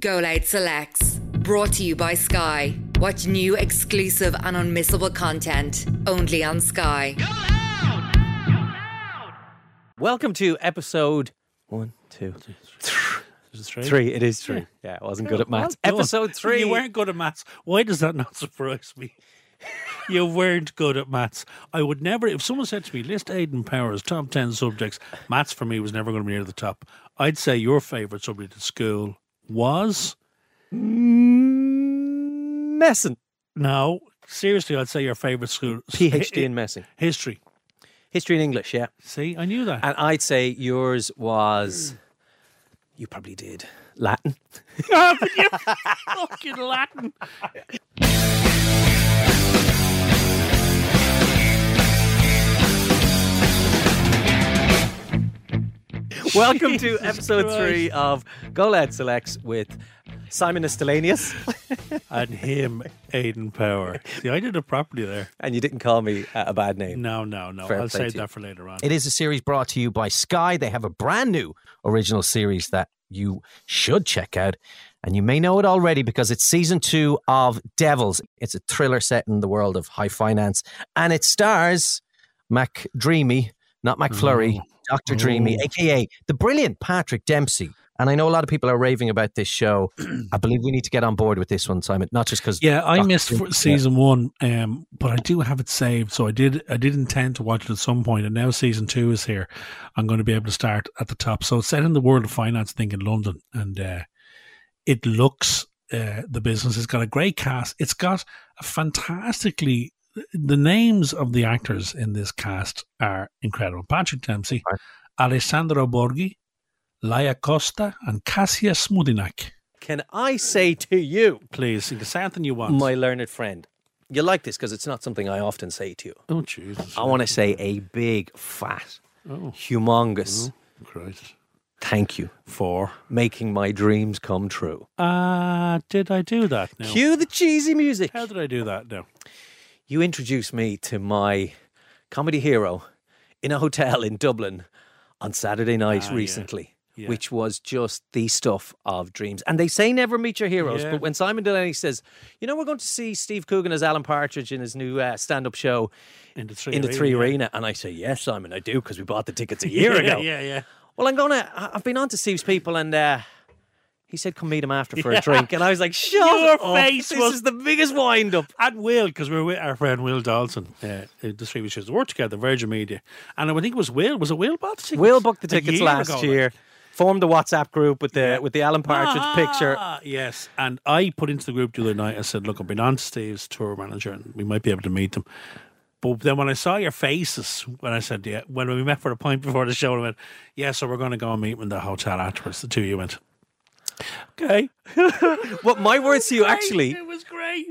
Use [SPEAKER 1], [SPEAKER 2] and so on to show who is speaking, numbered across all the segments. [SPEAKER 1] Goal Out Selects, brought to you by Sky. Watch new, exclusive, and unmissable content only on Sky.
[SPEAKER 2] Welcome to episode one, two,
[SPEAKER 3] Is it
[SPEAKER 2] three. It is three. Yeah, I wasn't good at maths.
[SPEAKER 3] Oh, Well done.
[SPEAKER 2] Episode three.
[SPEAKER 3] You weren't good at maths. Why does that not surprise me? you weren't good at maths. I would never, if someone said to me, list Aidan Powers, top 10 subjects, maths for me was never going to be near the top. I'd say your favourite subject at school was.
[SPEAKER 2] messing.
[SPEAKER 3] No, seriously, I'd say your favourite school.
[SPEAKER 2] PhD in messing.
[SPEAKER 3] History.
[SPEAKER 2] History and English, yeah.
[SPEAKER 3] See, I knew that.
[SPEAKER 2] And I'd say yours was, you probably did, Latin.
[SPEAKER 3] Fucking Latin.
[SPEAKER 2] Welcome to episode
[SPEAKER 3] Christ.
[SPEAKER 2] three of Goal Out Selects with Simon Estelanius.
[SPEAKER 3] And him, Aidan Power. See, I did it properly there.
[SPEAKER 2] and you didn't call me uh, a bad name.
[SPEAKER 3] No, no, no.
[SPEAKER 2] Fair
[SPEAKER 3] I'll
[SPEAKER 2] play
[SPEAKER 3] save
[SPEAKER 2] to you.
[SPEAKER 3] that for later on.
[SPEAKER 4] It is a series brought to you by Sky. They have a brand new original series that you should check out. And you may know it already because it's season two of Devils. It's a thriller set in the world of high finance. And it stars Mac Dreamy, not
[SPEAKER 2] Mm.
[SPEAKER 4] McFlurry, Dr. Dreamy, aka the brilliant Patrick Dempsey. And I know a lot of people are raving about this show. I believe we need to get on board with this one, Simon. Not just because
[SPEAKER 3] Yeah, I
[SPEAKER 4] Doctor
[SPEAKER 3] missed
[SPEAKER 4] Who,
[SPEAKER 3] fir-
[SPEAKER 4] yeah.
[SPEAKER 3] season one, um, but I do have it saved, so I did. I did intend to watch it at some point, and now season two is here. I'm going to be able to start at the top. So it's set in the world of finance, I think, in London, and uh, it looks uh, the business has got a great cast. It's got a fantastically the names of the actors in this cast are incredible. Patrick Dempsey,
[SPEAKER 4] Right.
[SPEAKER 3] Alessandro Borghi, Laia Costa, and Cassia Smudinak.
[SPEAKER 2] Can I say to you,
[SPEAKER 3] Please, you can say anything you want.
[SPEAKER 2] my learned friend, you like this because it's not something I often say to you.
[SPEAKER 3] oh, Jesus! Oh.
[SPEAKER 2] I
[SPEAKER 4] Uh,
[SPEAKER 2] want to say a big, fat, humongous
[SPEAKER 3] Christ.
[SPEAKER 2] thank you
[SPEAKER 3] Four.
[SPEAKER 2] making my dreams come true.
[SPEAKER 3] Uh, did I do that now?
[SPEAKER 2] Cue the cheesy music.
[SPEAKER 3] How did I do that now?
[SPEAKER 2] You introduced me to my comedy hero in a hotel in Dublin on Saturday night
[SPEAKER 3] Ah, yeah.
[SPEAKER 2] recently.
[SPEAKER 3] Yeah.
[SPEAKER 2] Which was just the stuff of dreams. And they say never meet your heroes.
[SPEAKER 3] Yeah.
[SPEAKER 2] But when Simon Delaney says, you know, we're going to see Steve Coogan as Alan Partridge in his new uh, stand up show
[SPEAKER 3] In the three
[SPEAKER 2] in the
[SPEAKER 3] arena,
[SPEAKER 2] Three
[SPEAKER 3] yeah.
[SPEAKER 2] Arena. And I say, yes, Simon, I do, because we bought the tickets a year ago.
[SPEAKER 3] Yeah, yeah.
[SPEAKER 2] Well, I'm gonna. I- I've been on to Steve's people, and uh, he said come meet him after for a drink, and I was like, "Shut
[SPEAKER 3] Your
[SPEAKER 2] up!
[SPEAKER 3] face
[SPEAKER 2] this
[SPEAKER 3] was-
[SPEAKER 2] is the biggest wind up."
[SPEAKER 3] And Will, because we were with our friend Will Dalton, uh, the three of us used to work together, Virgin Media. And I think it was Will. Was it Will bought the tickets?
[SPEAKER 2] Will booked the
[SPEAKER 3] A
[SPEAKER 2] tickets
[SPEAKER 3] year
[SPEAKER 2] last
[SPEAKER 3] ago, like.
[SPEAKER 2] year. Formed the WhatsApp group with the with the Alan Partridge picture.
[SPEAKER 3] Ah, Yes. And I put into the group the other night, I said, look, I've been on to Steve's tour manager and we might be able to meet them. But then when I saw your faces, when I said, yeah, when we met for the pint before the show, I went, yeah, so we're going to go and meet them in the hotel afterwards. The two of you went, okay.
[SPEAKER 2] What my words to you actually,
[SPEAKER 3] It was great.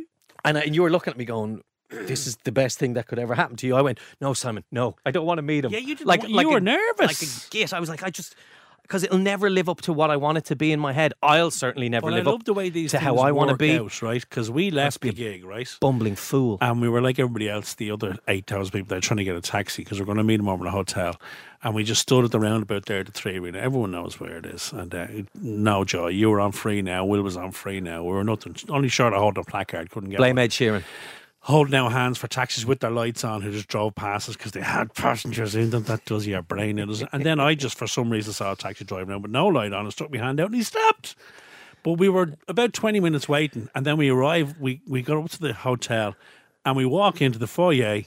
[SPEAKER 2] and, I, and you were looking at me going. This is the best thing that could ever happen to you. I went, no, Simon, no, I don't want to meet him.
[SPEAKER 3] Yeah, you didn't want- you were
[SPEAKER 2] a-
[SPEAKER 3] nervous.
[SPEAKER 2] Like a git. I was like, I just because it'll never live up to what I want it to be in my head. I'll certainly never
[SPEAKER 3] Well, I
[SPEAKER 2] live
[SPEAKER 3] love
[SPEAKER 2] up
[SPEAKER 3] the way these
[SPEAKER 2] to how
[SPEAKER 3] things
[SPEAKER 2] I want to
[SPEAKER 3] work
[SPEAKER 2] be.
[SPEAKER 3] out, right? Because we left the gig, right?
[SPEAKER 2] Bumbling fool.
[SPEAKER 3] And we were like everybody else, the other 8,000 people, they're trying to get a taxi because we're going to meet them over in a hotel. And we just stood at the roundabout there at the three arena. Everyone knows where it is. And uh, no, Joy, you were on free now. Will was on free now. We were nothing, only short of holding a placard. Couldn't get
[SPEAKER 2] Blame
[SPEAKER 3] one.
[SPEAKER 2] Ed Sheeran.
[SPEAKER 3] Holding our hands for taxis with their lights on who just drove past us because they had passengers in them. That does your brain. in, doesn't it? And then I just, for some reason, saw a taxi driving around with no light on and stuck my hand out and he stopped. But we were about 20 minutes waiting, and then we arrived. We, we got up to the hotel and we walk into the foyer,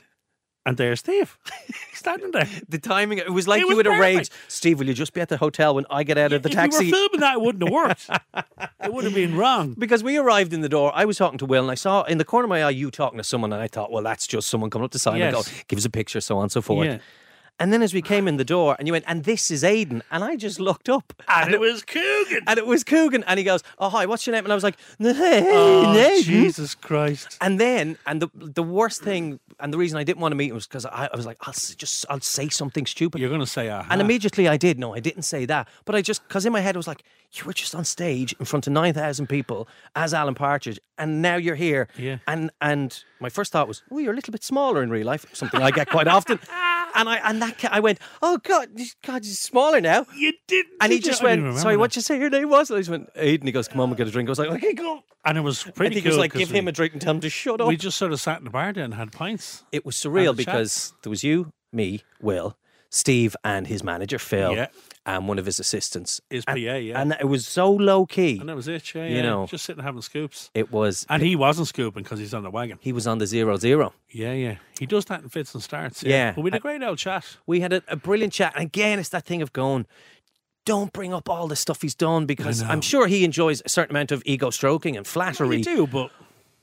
[SPEAKER 3] and there's Steve standing there.
[SPEAKER 2] the timing it was like you
[SPEAKER 3] It was
[SPEAKER 2] would
[SPEAKER 3] perfect.
[SPEAKER 2] arrange steve will you just be at the hotel when i get out of the
[SPEAKER 3] if
[SPEAKER 2] taxi
[SPEAKER 3] you were filming that, it wouldn't have worked. it would have been wrong.
[SPEAKER 2] because we arrived in the door i was talking to will and i saw in the corner of my eye you talking to someone and i thought well that's just someone coming up to simon and
[SPEAKER 3] Yes.
[SPEAKER 2] go give us a picture so on and so forth
[SPEAKER 3] Yeah.
[SPEAKER 2] and then as we came in the door and you went and this is aiden and i just looked up
[SPEAKER 3] And it was Coogan.
[SPEAKER 2] and it was coogan and he goes oh hi what's your name and i was like "Hey,
[SPEAKER 3] Oh,
[SPEAKER 2] Aiden."
[SPEAKER 3] Jesus Christ.
[SPEAKER 2] And then, and the the worst thing, and the reason I didn't want to meet him was because I, I was like, I'll s- just I'll say something stupid.
[SPEAKER 3] You're going to say, aha.
[SPEAKER 2] And immediately I did. No, I didn't say that. But I just, because in my head I was like, you were just on stage in front of 9,000 people as Alan Partridge, and now you're here.
[SPEAKER 3] Yeah.
[SPEAKER 2] And and my first thought was, oh, you're a little bit smaller in real life, something I get quite often. and I and that cat, I went, oh god, this- God, he's smaller now.
[SPEAKER 3] You didn't.
[SPEAKER 2] And he
[SPEAKER 3] did you?
[SPEAKER 2] just
[SPEAKER 3] I didn't
[SPEAKER 2] went,
[SPEAKER 3] remember
[SPEAKER 2] sorry,
[SPEAKER 3] that.
[SPEAKER 2] what'd you say your name was? And I just went, Aiden. He goes, come on, we'll get a drink. I was like, okay, go.
[SPEAKER 3] And it was
[SPEAKER 2] I
[SPEAKER 3] pretty
[SPEAKER 2] think it
[SPEAKER 3] cool
[SPEAKER 2] was like,
[SPEAKER 3] 'cause
[SPEAKER 2] give him a drink and tell him to shut up.
[SPEAKER 3] We just sort of sat in the bar there and had pints.
[SPEAKER 2] it was surreal
[SPEAKER 3] And the chat.
[SPEAKER 2] because there was you, me, Will, Steve, and his manager Phil,
[SPEAKER 3] Yeah.
[SPEAKER 2] and one of his assistants.
[SPEAKER 3] His
[SPEAKER 2] and,
[SPEAKER 3] PA, yeah.
[SPEAKER 2] and it was so low key.
[SPEAKER 3] And that was it. Yeah,
[SPEAKER 2] You
[SPEAKER 3] yeah.
[SPEAKER 2] know.
[SPEAKER 3] just sitting having scoops.
[SPEAKER 2] It was.
[SPEAKER 3] And he wasn't scooping because he's on the wagon.
[SPEAKER 2] He was on the zero zero.
[SPEAKER 3] Yeah, yeah. He does that in fits and starts.
[SPEAKER 2] Yeah.
[SPEAKER 3] But we had a great old chat.
[SPEAKER 2] We had a, a brilliant chat, and again, it's that thing of going. Don't bring up all the stuff he's done because I'm
[SPEAKER 3] know.
[SPEAKER 2] sure he enjoys a certain amount of ego stroking and flattery.
[SPEAKER 3] We do, but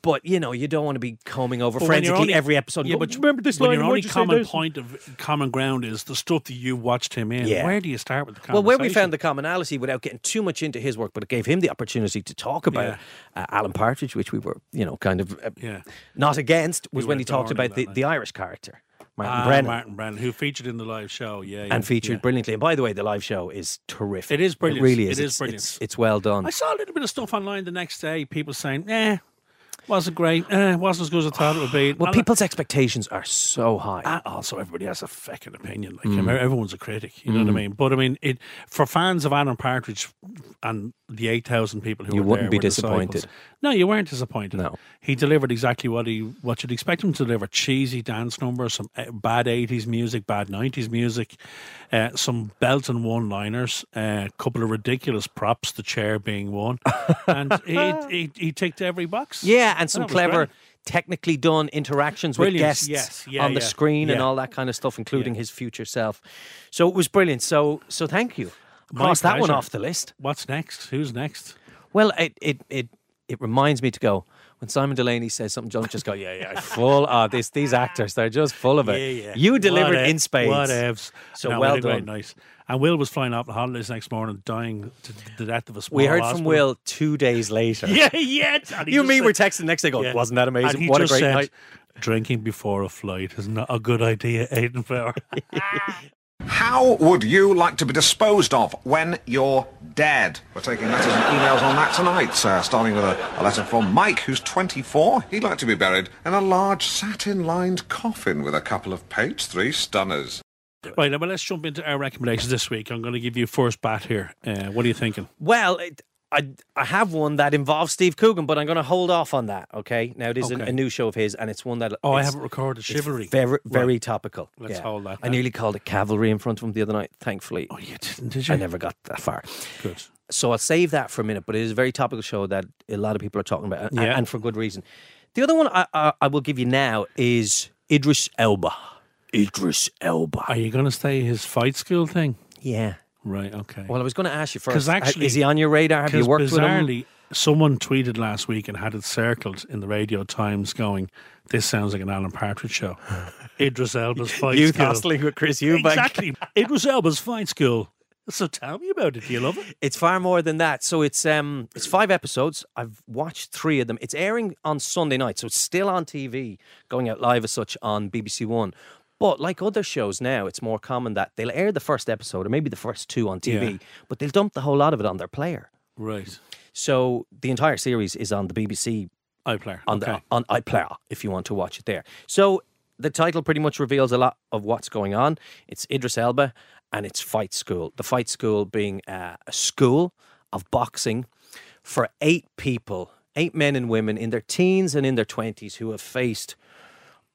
[SPEAKER 2] But you know, you don't want to be combing over
[SPEAKER 3] But when you're
[SPEAKER 2] forensically
[SPEAKER 3] only-
[SPEAKER 2] every episode.
[SPEAKER 3] Yeah,
[SPEAKER 2] and go,
[SPEAKER 3] but
[SPEAKER 2] "Do you remember this
[SPEAKER 3] when
[SPEAKER 2] line?
[SPEAKER 3] your
[SPEAKER 2] Why'd
[SPEAKER 3] only
[SPEAKER 2] you say
[SPEAKER 3] common
[SPEAKER 2] this?"
[SPEAKER 3] point of common ground is the stuff that you watched him in.
[SPEAKER 2] Yeah.
[SPEAKER 3] Where do you start with the
[SPEAKER 2] Well, where we found the commonality without getting too much into his work, but it gave him the opportunity to talk about uh, Alan Partridge, which we were, you know, kind of uh,
[SPEAKER 3] Yeah.
[SPEAKER 2] not against, was
[SPEAKER 3] were
[SPEAKER 2] when he talked
[SPEAKER 3] adoring
[SPEAKER 2] about the,
[SPEAKER 3] that night.
[SPEAKER 2] the Irish character, Martin
[SPEAKER 3] Ah,
[SPEAKER 2] Brennan,
[SPEAKER 3] Martin Brennan, who featured in the live show. Yeah, yeah,
[SPEAKER 2] and featured
[SPEAKER 3] yeah.
[SPEAKER 2] brilliantly. And by the way, the live show is terrific.
[SPEAKER 3] It is brilliant.
[SPEAKER 2] It really
[SPEAKER 3] It
[SPEAKER 2] is.
[SPEAKER 3] is
[SPEAKER 2] It's-
[SPEAKER 3] brilliant.
[SPEAKER 2] It's, it's well done.
[SPEAKER 3] I saw a little bit of stuff online the next day. People saying, "Eh, wasn't great. Eh, wasn't as good as I thought it would be."
[SPEAKER 2] well,
[SPEAKER 3] And I-
[SPEAKER 2] people's expectations are so high.
[SPEAKER 3] and also everybody has a fucking opinion.
[SPEAKER 2] Mm.
[SPEAKER 3] Like ev- everyone's a critic, you know what I mean? But I mean, it for fans of Alan Partridge and the eight thousand people who
[SPEAKER 2] You
[SPEAKER 3] were
[SPEAKER 2] wouldn't
[SPEAKER 3] there
[SPEAKER 2] be
[SPEAKER 3] were disciples.
[SPEAKER 2] disappointed.
[SPEAKER 3] No, you weren't disappointed.
[SPEAKER 2] No.
[SPEAKER 3] he delivered exactly what he what you'd expect him to deliver: cheesy dance numbers, some eh, bad eighties music, bad nineties music, uh, some belt and one liners, a couple of ridiculous props, the chair being one, and he, he he ticked every box.
[SPEAKER 2] yeah, and some
[SPEAKER 3] that was
[SPEAKER 2] clever,
[SPEAKER 3] brilliant.
[SPEAKER 2] technically done interactions with
[SPEAKER 3] Brilliant,
[SPEAKER 2] guests
[SPEAKER 3] yes, yeah,
[SPEAKER 2] on the
[SPEAKER 3] yeah,
[SPEAKER 2] screen and
[SPEAKER 3] yeah.
[SPEAKER 2] all that kind of stuff, including his future self. So it was brilliant. So, so thank you. Cross that one
[SPEAKER 3] pleasure.
[SPEAKER 2] off the list.
[SPEAKER 3] What's next? Who's next?
[SPEAKER 2] Well, it it it it reminds me to go when Simon Delaney says something. John just go, yeah, yeah, full. Ah, these these actors, they're just full of it. You delivered
[SPEAKER 3] What if-
[SPEAKER 2] in spades.
[SPEAKER 3] What ifs.
[SPEAKER 2] So
[SPEAKER 3] we
[SPEAKER 2] well
[SPEAKER 3] did great
[SPEAKER 2] done.
[SPEAKER 3] night. And Will was flying off the holidays next morning, dying to the death of a small
[SPEAKER 2] We heard from
[SPEAKER 3] hospital.
[SPEAKER 2] Will two days later.
[SPEAKER 3] Yeah, yeah. And he
[SPEAKER 2] You
[SPEAKER 3] just
[SPEAKER 2] and me
[SPEAKER 3] said-
[SPEAKER 2] were texting the next day going,
[SPEAKER 3] yeah.
[SPEAKER 2] wasn't that
[SPEAKER 3] And
[SPEAKER 2] amazing?
[SPEAKER 3] he
[SPEAKER 2] What a
[SPEAKER 3] just
[SPEAKER 2] great
[SPEAKER 3] said,
[SPEAKER 2] night.
[SPEAKER 3] Drinking before a flight is not a good idea, Aiden Flower.
[SPEAKER 5] How would you like to be disposed of when you're dead? We're taking letters and emails on that tonight, uh, starting with a, a letter from Mike, who's 24. He'd like to be buried in a large satin-lined coffin with a couple of page three stunners.
[SPEAKER 3] right, now, well, let's jump into our recommendations this week. I'm going to give you first bat here. Uh, what are you thinking?
[SPEAKER 2] Well, it, I I have one that involves Steve Coogan, but I'm going to hold off on that. Okay. Now it is an-
[SPEAKER 3] Okay.
[SPEAKER 2] a new show of his, and it's one that
[SPEAKER 3] Oh, I
[SPEAKER 2] it's-
[SPEAKER 3] haven't recorded
[SPEAKER 2] it's
[SPEAKER 3] Chivalry.
[SPEAKER 2] Very very
[SPEAKER 3] Right.
[SPEAKER 2] topical.
[SPEAKER 3] Let's
[SPEAKER 2] Yeah.
[SPEAKER 3] hold that
[SPEAKER 2] I
[SPEAKER 3] then.
[SPEAKER 2] nearly called it cavalry in front of him the other night. Thankfully,
[SPEAKER 3] Oh, you didn't, did you?
[SPEAKER 2] I never got that far.
[SPEAKER 3] Good.
[SPEAKER 2] so I'll save that for a minute. But it is a very topical show that a lot of people are talking about, and,
[SPEAKER 3] Yeah.
[SPEAKER 2] and for good reason. The other one I, I, I will give you now is Idris Elba. Idris Elba.
[SPEAKER 3] Are you going to stay his fight school thing?
[SPEAKER 2] yeah.
[SPEAKER 3] Right, okay.
[SPEAKER 2] Well, I was going to ask you first.
[SPEAKER 3] 'Cause actually-
[SPEAKER 2] is he on your radar? Have you
[SPEAKER 3] Because
[SPEAKER 2] worked with him?
[SPEAKER 3] bizarrely, someone tweeted last week and had it circled in the Radio Times going, This sounds like an Alan Partridge show. Idris Elba's fight
[SPEAKER 2] Youth
[SPEAKER 3] school.
[SPEAKER 2] hustling with Chris Eubank.
[SPEAKER 3] Exactly. Idris Elba's fight school. So tell me about it. Do you love it?
[SPEAKER 2] It's far more than that. So it's um it's five episodes. I've watched three of them. It's airing on Sunday night, so it's still on TV, going out live as such on BBC One. But like other shows now, it's more common that they'll air the first episode or maybe the first two on TV,
[SPEAKER 3] Yeah.
[SPEAKER 2] but they'll dump the whole lot of it on their player.
[SPEAKER 3] Right.
[SPEAKER 2] So the entire series is on the BBC
[SPEAKER 3] iPlayer.
[SPEAKER 2] on
[SPEAKER 3] okay.
[SPEAKER 2] the on iPlayer if you want to watch it there. So the title pretty much reveals a lot of what's going on. It's Idris Elba and it's Fight School. The Fight School being uh, a school of boxing for eight people, eight men and women in their teens and in their twenties who have faced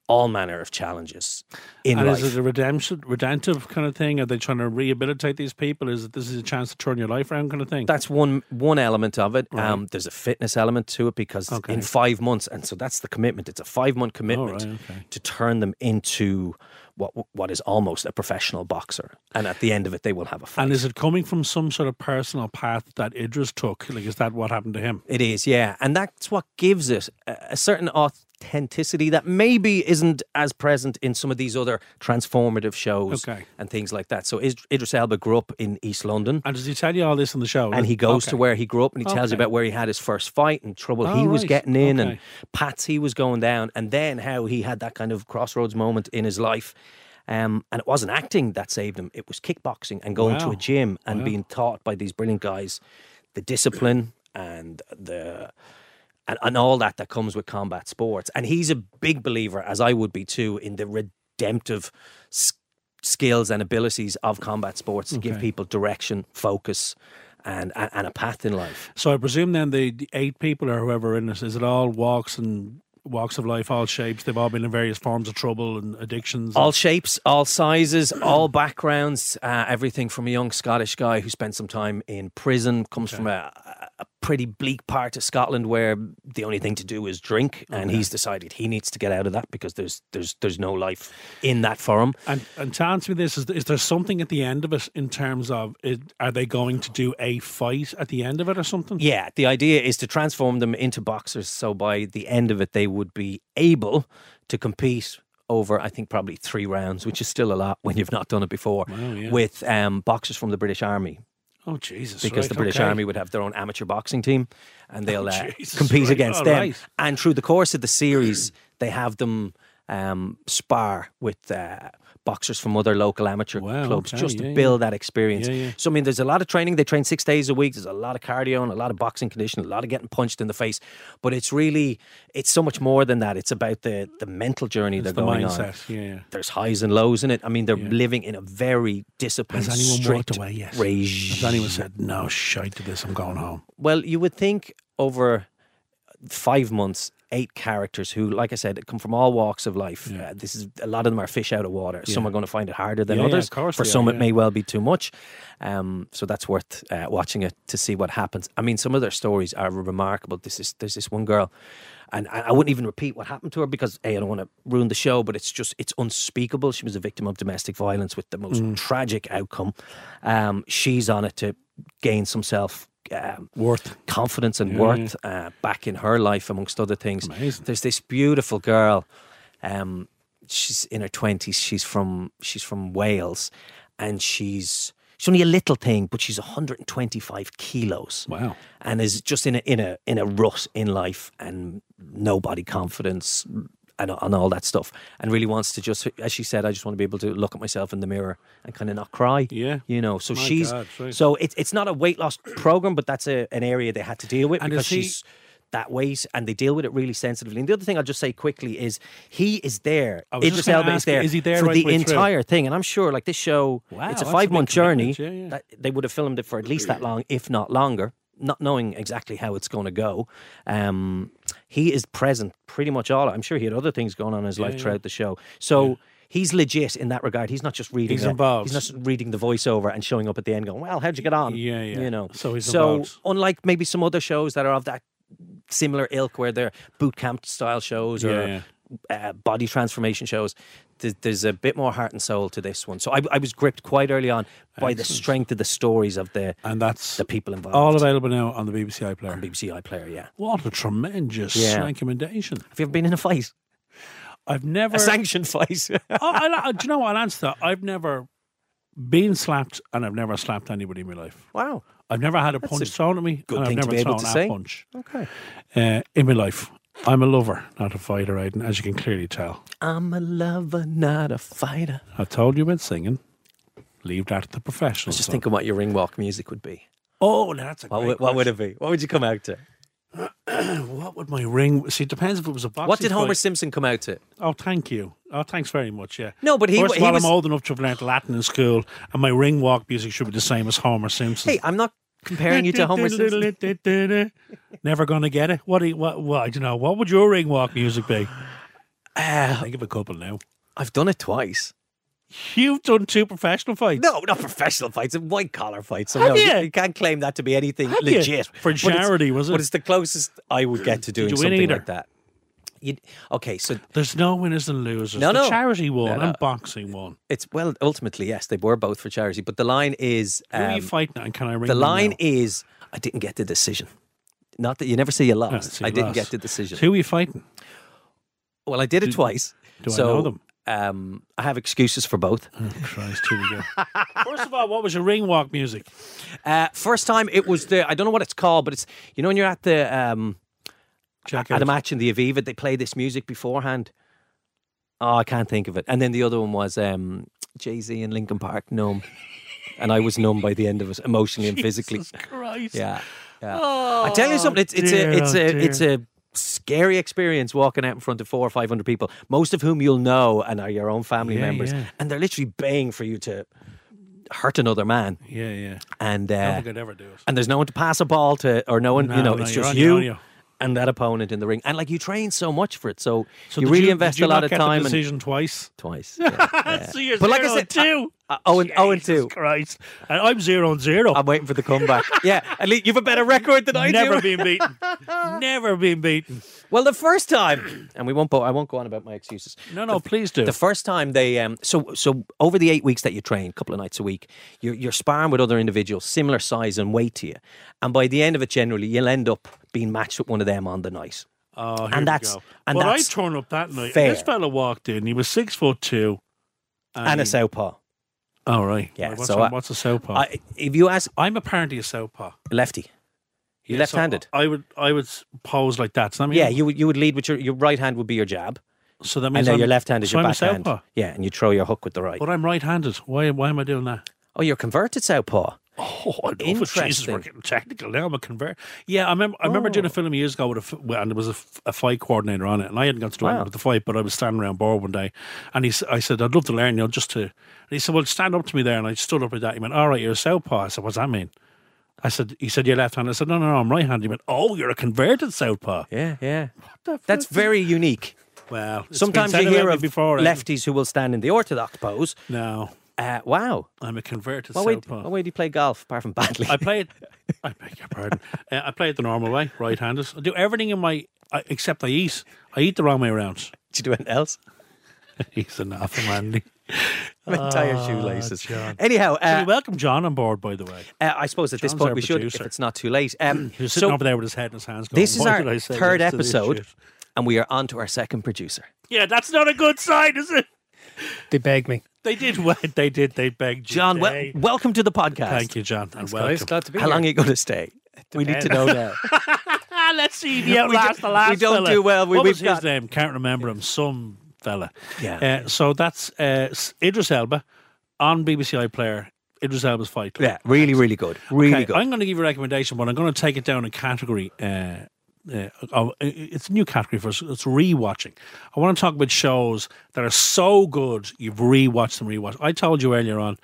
[SPEAKER 2] all manner of challenges in
[SPEAKER 3] and
[SPEAKER 2] life.
[SPEAKER 3] is it a redemption, redemptive kind of thing? Are they trying to rehabilitate these people? Is it this is a chance to turn your life around kind of thing?
[SPEAKER 2] That's one one element of it. Um, there's a fitness element to it because
[SPEAKER 3] Okay. Oh,
[SPEAKER 2] in five months, and so that's the commitment. It's a five month commitment
[SPEAKER 3] right, okay.
[SPEAKER 2] to turn them into what what is almost a professional boxer. And at the end of it, they will have a fight.
[SPEAKER 3] and is it coming from some sort of personal path that Idris took? Like, is that what happened to him?
[SPEAKER 2] it is, yeah, and that's what gives it a, a certain authenticity that maybe isn't as present in some of these other transformative shows
[SPEAKER 3] Okay.
[SPEAKER 2] and things like that. So Is- Idris Elba grew up in East London.
[SPEAKER 3] And does he tell you all this in the show?
[SPEAKER 2] and he goes
[SPEAKER 3] Okay.
[SPEAKER 2] to where he grew up and he tells you
[SPEAKER 3] Okay.
[SPEAKER 2] about where he had his first fight and trouble
[SPEAKER 3] Oh,
[SPEAKER 2] he was
[SPEAKER 3] right.
[SPEAKER 2] getting in and
[SPEAKER 3] Okay.
[SPEAKER 2] pats he was going down and then how he had that kind of crossroads moment in his life um, and it wasn't acting that saved him it was kickboxing and going to
[SPEAKER 3] Wow.
[SPEAKER 2] a gym and being taught by these brilliant guys the discipline and the and, and all that that comes with combat sports and he's a big believer as i would be too in the redemptive s- skills and abilities of combat sports to give
[SPEAKER 3] Okay.
[SPEAKER 2] people direction, focus, and, and and a path in life.
[SPEAKER 3] So I presume then the, the eight people or whoever in it is it all walks and walks of life, all shapes. They've all been in various forms of trouble and addictions.
[SPEAKER 2] All shapes, all sizes, all backgrounds, uh, everything from a young Scottish guy who spent some time in prison, comes from a, a pretty bleak part of Scotland where the only thing to do is drink, and he's decided he needs to get out of that because there's there's there's no life in that for him.
[SPEAKER 3] and and to answer me this is is there something at the end of it in terms of it, are they going to do a fight at the end of it or something?
[SPEAKER 2] Yeah, the idea is to transform them into boxers. So by the end of it, they would be able to compete over, I think, probably three rounds, which is still a lot when you've not done it before,
[SPEAKER 3] yeah.
[SPEAKER 2] with um, boxers from the British Army.
[SPEAKER 3] Oh Jesus!
[SPEAKER 2] Because
[SPEAKER 3] right,
[SPEAKER 2] the British
[SPEAKER 3] okay. Oh,
[SPEAKER 2] Army would have their own amateur boxing team and they'll uh,
[SPEAKER 3] Jesus,
[SPEAKER 2] compete
[SPEAKER 3] right,
[SPEAKER 2] against
[SPEAKER 3] all
[SPEAKER 2] them.
[SPEAKER 3] right.
[SPEAKER 2] And through the course of the series, they have them um, spar with uh, boxers from other local amateur
[SPEAKER 3] Wow,
[SPEAKER 2] clubs
[SPEAKER 3] okay,
[SPEAKER 2] just to
[SPEAKER 3] yeah, yeah.
[SPEAKER 2] build that experience.
[SPEAKER 3] Yeah, yeah.
[SPEAKER 2] So, I mean, there's a lot of training. They train six days a week. There's a lot of cardio and a lot of boxing conditioning, a lot of getting punched in the face. But it's really, it's so much more than that. It's about the, the mental journey they're
[SPEAKER 3] the
[SPEAKER 2] going on.
[SPEAKER 3] mindset. Yeah, yeah.
[SPEAKER 2] There's highs and lows in it. I mean, they're living in a very disciplined,
[SPEAKER 3] Has anyone walked
[SPEAKER 2] strict
[SPEAKER 3] away? Yes.
[SPEAKER 2] regime.
[SPEAKER 3] Has anyone said no? Shite to this! I'm going home.
[SPEAKER 2] Well, you would think over five months, eight characters who, like I said, come from all walks of life. Uh, this is a lot of them are fish out of water. Some are going to find it harder than
[SPEAKER 3] Yeah, yeah,
[SPEAKER 2] others.
[SPEAKER 3] of course
[SPEAKER 2] For
[SPEAKER 3] they are,
[SPEAKER 2] some, it
[SPEAKER 3] yeah.
[SPEAKER 2] may well be too much. Um, so that's worth uh, watching it to see what happens. I mean, some of their stories are remarkable. This is there's this one girl. And I I wouldn't even repeat what happened to her because a I don't want to ruin the show, but it's just it's unspeakable. She was a victim of domestic violence with the most tragic outcome. Um, she's on it to gain some self um,
[SPEAKER 3] Worth.
[SPEAKER 2] confidence and worth uh, back in her life, amongst other things. There's this beautiful girl. Um, she's in her twenties. She's from she's from Wales, and she's she's only a little thing, but she's 125 kilos.
[SPEAKER 3] Wow.
[SPEAKER 2] And is just in a in a in a rut in life and no body confidence. And, and all that stuff, and really wants to just, as she said, I just want to be able to look at myself in the mirror and kind of not cry.
[SPEAKER 3] Yeah.
[SPEAKER 2] you know. So
[SPEAKER 3] My
[SPEAKER 2] she's
[SPEAKER 3] God, right.
[SPEAKER 2] so it's it's not a weight loss program, but that's a, an area they had to deal with
[SPEAKER 3] And
[SPEAKER 2] because
[SPEAKER 3] is he-
[SPEAKER 2] she's that weight, and they deal with it really sensitively. And the other thing I'll just say quickly is he is there.
[SPEAKER 3] I was just
[SPEAKER 2] Idris
[SPEAKER 3] gonna
[SPEAKER 2] Elba
[SPEAKER 3] ask,
[SPEAKER 2] is there.
[SPEAKER 3] is he there
[SPEAKER 2] for
[SPEAKER 3] right
[SPEAKER 2] the
[SPEAKER 3] way through?
[SPEAKER 2] entire thing? And I'm sure, like this show,
[SPEAKER 3] Wow,
[SPEAKER 2] it's
[SPEAKER 3] that's
[SPEAKER 2] a
[SPEAKER 3] a big
[SPEAKER 2] five month journey.
[SPEAKER 3] commitment, yeah, yeah.
[SPEAKER 2] That, they would have filmed it for at least that long, if not longer. Not knowing exactly how it's going to go, um, he is present pretty much all. I'm sure he had other things going on in his life throughout the show, so he's legit in that regard. He's not just reading.
[SPEAKER 3] He's
[SPEAKER 2] it.
[SPEAKER 3] involved.
[SPEAKER 2] He's not just reading the voiceover and showing up at the end, going, "Well, how'd you get on?"
[SPEAKER 3] Yeah, yeah.
[SPEAKER 2] You know,
[SPEAKER 3] So he's
[SPEAKER 2] so
[SPEAKER 3] involved.
[SPEAKER 2] unlike maybe some other shows that are of that similar ilk, where they're boot camp style shows or
[SPEAKER 3] Yeah,
[SPEAKER 2] Uh, body transformation shows, th- there's a bit more heart and soul to this one. So I, I was gripped quite early on by the strength of the stories of the
[SPEAKER 3] And that's
[SPEAKER 2] the people involved.
[SPEAKER 3] all available now on the BBC iPlayer.
[SPEAKER 2] BBC iPlayer, yeah.
[SPEAKER 3] What a tremendous
[SPEAKER 2] Yeah.
[SPEAKER 3] recommendation!
[SPEAKER 2] Have you ever been in a fight?
[SPEAKER 3] I've never.
[SPEAKER 2] A sanctioned fight?
[SPEAKER 3] oh, I, I- do you know what? I'll answer that. I've never been slapped, and I've never slapped anybody in my life.
[SPEAKER 2] wow.
[SPEAKER 3] I've never had a punch
[SPEAKER 2] a
[SPEAKER 3] thrown at me.
[SPEAKER 2] good
[SPEAKER 3] and
[SPEAKER 2] thing
[SPEAKER 3] I've
[SPEAKER 2] to
[SPEAKER 3] never
[SPEAKER 2] be able
[SPEAKER 3] thrown
[SPEAKER 2] to
[SPEAKER 3] a
[SPEAKER 2] say.
[SPEAKER 3] punch
[SPEAKER 2] Okay.
[SPEAKER 3] uh, in my life. I'm a lover, not a fighter, Aidan, as you can clearly tell.
[SPEAKER 2] I'm a lover, not a fighter. I
[SPEAKER 3] I told you about singing. Leave that to the professionals.
[SPEAKER 2] was just
[SPEAKER 3] though.
[SPEAKER 2] thinking what your ring walk music would be.
[SPEAKER 3] oh, now that's a
[SPEAKER 2] What,
[SPEAKER 3] great
[SPEAKER 2] would, what would it be? What would you come out to?
[SPEAKER 3] What would my ring? See, it depends if it was a boxing.
[SPEAKER 2] What did Homer
[SPEAKER 3] fight.
[SPEAKER 2] Simpson come out to?
[SPEAKER 3] Oh, thank you. Oh, thanks very much. Yeah.
[SPEAKER 2] No, but he-
[SPEAKER 3] First
[SPEAKER 2] he
[SPEAKER 3] of all,
[SPEAKER 2] was-
[SPEAKER 3] I'm old enough to have learnt Latin in school, and my ring walk music should be the same as Homer Simpson.
[SPEAKER 2] Hey, I'm not comparing you to Homer Simpson.
[SPEAKER 3] Never gonna get it. What? do you- What? What? I don't know. What would your ring walk music be? Think of a couple now.
[SPEAKER 2] I've done it twice.
[SPEAKER 3] You've done two professional fights.
[SPEAKER 2] No, not professional fights, a white collar fight. So
[SPEAKER 3] Have
[SPEAKER 2] no,
[SPEAKER 3] you?
[SPEAKER 2] you? can't claim that to be anything
[SPEAKER 3] Have you?
[SPEAKER 2] legit.
[SPEAKER 3] For
[SPEAKER 2] But it's-
[SPEAKER 3] charity, was it?
[SPEAKER 2] But it's the closest I would get to doing
[SPEAKER 3] you win
[SPEAKER 2] something
[SPEAKER 3] either?
[SPEAKER 2] like that. You, okay, so
[SPEAKER 3] There's no winners and losers.
[SPEAKER 2] No,
[SPEAKER 3] the
[SPEAKER 2] no.
[SPEAKER 3] charity one
[SPEAKER 2] No, no.
[SPEAKER 3] and boxing one.
[SPEAKER 2] it's well, ultimately, yes, they were both for charity. But the line is
[SPEAKER 3] Who are you
[SPEAKER 2] um,
[SPEAKER 3] fighting? And can I ring
[SPEAKER 2] the
[SPEAKER 3] them
[SPEAKER 2] line
[SPEAKER 3] now?
[SPEAKER 2] is I didn't get the decision. Not that you never say you
[SPEAKER 3] Ah,
[SPEAKER 2] lost.
[SPEAKER 3] so
[SPEAKER 2] I
[SPEAKER 3] you
[SPEAKER 2] didn't
[SPEAKER 3] lost.
[SPEAKER 2] get the decision.
[SPEAKER 3] So who are you fighting?
[SPEAKER 2] Well, I did it twice.
[SPEAKER 3] do I
[SPEAKER 2] so,
[SPEAKER 3] know them?
[SPEAKER 2] Um, I have excuses for both.
[SPEAKER 3] Oh, Christ, here we go. First of all, what was your ring walk music?
[SPEAKER 2] Uh, first time it was the I don't know what it's called, but it's you know when you're at the um,
[SPEAKER 3] Check
[SPEAKER 2] at
[SPEAKER 3] out.
[SPEAKER 2] a match in the Aviva, they play this music beforehand. Oh, I can't think of it. And then the other one was um, Jay Z and Linkin Park, numb. and I was numb by the end of it, emotionally and physically.
[SPEAKER 3] Jesus Christ.
[SPEAKER 2] Yeah, yeah. I tell you something, it's it's
[SPEAKER 3] dear,
[SPEAKER 2] a it's
[SPEAKER 3] oh,
[SPEAKER 2] a
[SPEAKER 3] dear.
[SPEAKER 2] it's a scary experience walking out in front of four or five hundred people, most of whom you'll know and are your own family
[SPEAKER 3] Yeah,
[SPEAKER 2] members,
[SPEAKER 3] yeah.
[SPEAKER 2] and they're literally baying for you to hurt another man.
[SPEAKER 3] Yeah, yeah.
[SPEAKER 2] And
[SPEAKER 3] I
[SPEAKER 2] uh,
[SPEAKER 3] don't think I'd ever do it.
[SPEAKER 2] and there's no one to pass a ball to, or no one, you
[SPEAKER 3] No,
[SPEAKER 2] know,
[SPEAKER 3] no,
[SPEAKER 2] it's
[SPEAKER 3] you're
[SPEAKER 2] just
[SPEAKER 3] on your
[SPEAKER 2] you
[SPEAKER 3] own, you.
[SPEAKER 2] and that opponent in the ring. And like you train so much for it, so,
[SPEAKER 3] So
[SPEAKER 2] you
[SPEAKER 3] did
[SPEAKER 2] really
[SPEAKER 3] did
[SPEAKER 2] invest
[SPEAKER 3] you
[SPEAKER 2] a lot
[SPEAKER 3] not
[SPEAKER 2] of
[SPEAKER 3] get the
[SPEAKER 2] time and
[SPEAKER 3] decision twice.
[SPEAKER 2] twice. Yeah.
[SPEAKER 3] so you're
[SPEAKER 2] But like I
[SPEAKER 3] zero
[SPEAKER 2] said,
[SPEAKER 3] and two.
[SPEAKER 2] Uh, oh, and, oh, and
[SPEAKER 3] Jesus
[SPEAKER 2] two.
[SPEAKER 3] Christ, and I'm zero and zero.
[SPEAKER 2] I'm waiting for the comeback. yeah, at least you've a better record than I
[SPEAKER 3] Never
[SPEAKER 2] do.
[SPEAKER 3] been beaten. Never been beaten.
[SPEAKER 2] well, the first time, and we won't. Bo- I won't go on about my excuses.
[SPEAKER 3] No, no, please do.
[SPEAKER 2] The first time they um so so over the eight weeks that you train, a couple of nights a week, you're you're sparring with other individuals similar size and weight to you, and by the end of it, generally you'll end up being matched with one of them on the night.
[SPEAKER 3] Oh, here
[SPEAKER 2] and
[SPEAKER 3] we
[SPEAKER 2] that's-
[SPEAKER 3] go.
[SPEAKER 2] and
[SPEAKER 3] well,
[SPEAKER 2] that's
[SPEAKER 3] I torn up that night.
[SPEAKER 2] fair.
[SPEAKER 3] This fella walked in. He was six foot two.
[SPEAKER 2] and a
[SPEAKER 3] he-
[SPEAKER 2] southpaw.
[SPEAKER 3] All right.
[SPEAKER 2] Yeah,
[SPEAKER 3] Um, What's,
[SPEAKER 2] so
[SPEAKER 3] a,
[SPEAKER 2] I-
[SPEAKER 3] what's a southpaw?
[SPEAKER 2] I, if you ask
[SPEAKER 3] I'm apparently a southpaw.
[SPEAKER 2] lefty, you
[SPEAKER 3] Yeah, so
[SPEAKER 2] left-handed.
[SPEAKER 3] I would I would s- pose like that. So that means,
[SPEAKER 2] yeah, you would you would lead with your your right hand would be your jab,
[SPEAKER 3] So that
[SPEAKER 2] and
[SPEAKER 3] means
[SPEAKER 2] then
[SPEAKER 3] I'm,
[SPEAKER 2] your left hand is
[SPEAKER 3] so
[SPEAKER 2] your
[SPEAKER 3] I'm a
[SPEAKER 2] backhand.
[SPEAKER 3] southpaw.
[SPEAKER 2] Yeah, and you throw your hook with the right.
[SPEAKER 3] But I'm right-handed. Why why am I doing that?
[SPEAKER 2] Oh, you're converted southpaw.
[SPEAKER 3] Oh, I love it. Jesus,
[SPEAKER 2] Interesting. Oh.
[SPEAKER 3] we're getting technical now. I'm a convert. Yeah, I remember. I remember doing a film years ago with a, f- and there was a, f- a fight coordinator on it, and I hadn't got to do
[SPEAKER 2] Wow.
[SPEAKER 3] anything with the fight, but I was standing around board one day, and he, s- I said, "I'd love to learn, you know, just to." And he said, "Well, stand up to me there," and I stood up like that. He went, "All right, you're a southpaw." I said, "What's that mean?" I said, "He said you're left-handed." I said, "No, no, no, I'm right-handed." He went, "Oh, you're a converted southpaw."
[SPEAKER 2] Yeah, yeah. That's very unique.
[SPEAKER 3] Well, it's been
[SPEAKER 2] Sometimes
[SPEAKER 3] said
[SPEAKER 2] you
[SPEAKER 3] about
[SPEAKER 2] hear
[SPEAKER 3] me
[SPEAKER 2] of
[SPEAKER 3] before eh?
[SPEAKER 2] lefties who will stand in the orthodox pose.
[SPEAKER 3] No,
[SPEAKER 2] Uh, wow. Oh,
[SPEAKER 3] I'm a converted
[SPEAKER 2] What way,
[SPEAKER 3] southpaw.
[SPEAKER 2] what way do you play golf apart from badly?
[SPEAKER 3] I play it. I beg your pardon. Uh, I play it the normal way, right-handed. I do everything in my I, except I eat. I eat the wrong way around.
[SPEAKER 2] Did you do anything else?
[SPEAKER 3] He's an awful Andy.
[SPEAKER 2] My entire
[SPEAKER 3] Ah,
[SPEAKER 2] shoelaces. Anyhow,
[SPEAKER 3] Hey,
[SPEAKER 2] uh,
[SPEAKER 3] welcome John on board, by the way.
[SPEAKER 2] uh, I suppose at this
[SPEAKER 3] John's
[SPEAKER 2] point
[SPEAKER 3] our
[SPEAKER 2] we should, if
[SPEAKER 3] producer.
[SPEAKER 2] it's not too late. Um,
[SPEAKER 3] He was sitting
[SPEAKER 2] so
[SPEAKER 3] over there with his head in his hands. Going,
[SPEAKER 2] this is
[SPEAKER 3] "Why
[SPEAKER 2] our
[SPEAKER 3] did I say
[SPEAKER 2] third
[SPEAKER 3] yes to this
[SPEAKER 2] episode,
[SPEAKER 3] shit?"
[SPEAKER 2] and we are on to our second producer.
[SPEAKER 3] Yeah, that's not a good sign, is it?
[SPEAKER 6] They begged me.
[SPEAKER 3] They did. Well, they did. They begged you.
[SPEAKER 2] John, wel-
[SPEAKER 3] They-
[SPEAKER 2] welcome to the podcast.
[SPEAKER 3] thank you, John, and
[SPEAKER 6] Guys,
[SPEAKER 3] welcome.
[SPEAKER 6] glad to be
[SPEAKER 2] How
[SPEAKER 6] here.
[SPEAKER 2] long are you going to stay? We need to know
[SPEAKER 6] Depends.
[SPEAKER 2] now.
[SPEAKER 3] Ah, let's see the outlast. the last
[SPEAKER 2] we don't
[SPEAKER 3] fella.
[SPEAKER 2] do well. We-
[SPEAKER 3] what
[SPEAKER 2] we've
[SPEAKER 3] was
[SPEAKER 2] got-
[SPEAKER 3] his name? Can't remember him. Some fella.
[SPEAKER 2] Yeah.
[SPEAKER 3] Uh, so that's uh, S- Idris Elba on BBC iPlayer. Idris Elba's Fight Club.
[SPEAKER 2] yeah, really, really good. Really
[SPEAKER 3] Okay,
[SPEAKER 2] good.
[SPEAKER 3] I'm going to give you a recommendation, but I'm going to take it down a category. Uh, uh, oh, i- i- it's a new category for us. It's rewatching. I want to talk about shows that are so good you've rewatched them, rewatched. I told you earlier on,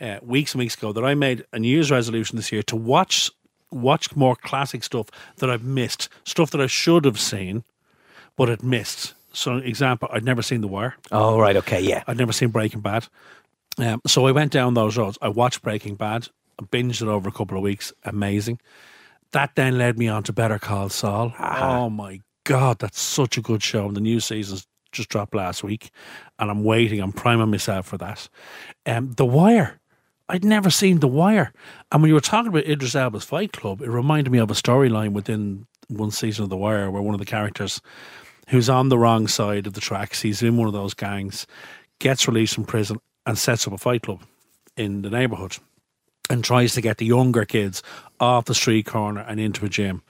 [SPEAKER 3] uh, weeks and weeks ago, that I made a New Year's resolution this year to watch watch more classic stuff that I've missed, stuff that I should have seen, but had missed. So, example, I'd never seen The Wire.
[SPEAKER 2] oh, right. Okay. Yeah.
[SPEAKER 3] I'd never seen Breaking Bad. Um, so I went down those roads. I watched Breaking Bad, I binged it over a couple of weeks. Amazing. That then led me on to Better Call Saul. Oh my God, that's such a good show. And the new season's just dropped last week. And I'm waiting, I'm priming myself for that. Um, the Wire. I'd never seen The Wire. And when you were talking about Idris Elba's Fight Club, it reminded me of a storyline within one season of The Wire where one of the characters who's on the wrong side of the tracks, he's in one of those gangs, gets released from prison and sets up a fight club in the neighborhood and tries to get the younger kids off the street corner and into a gym.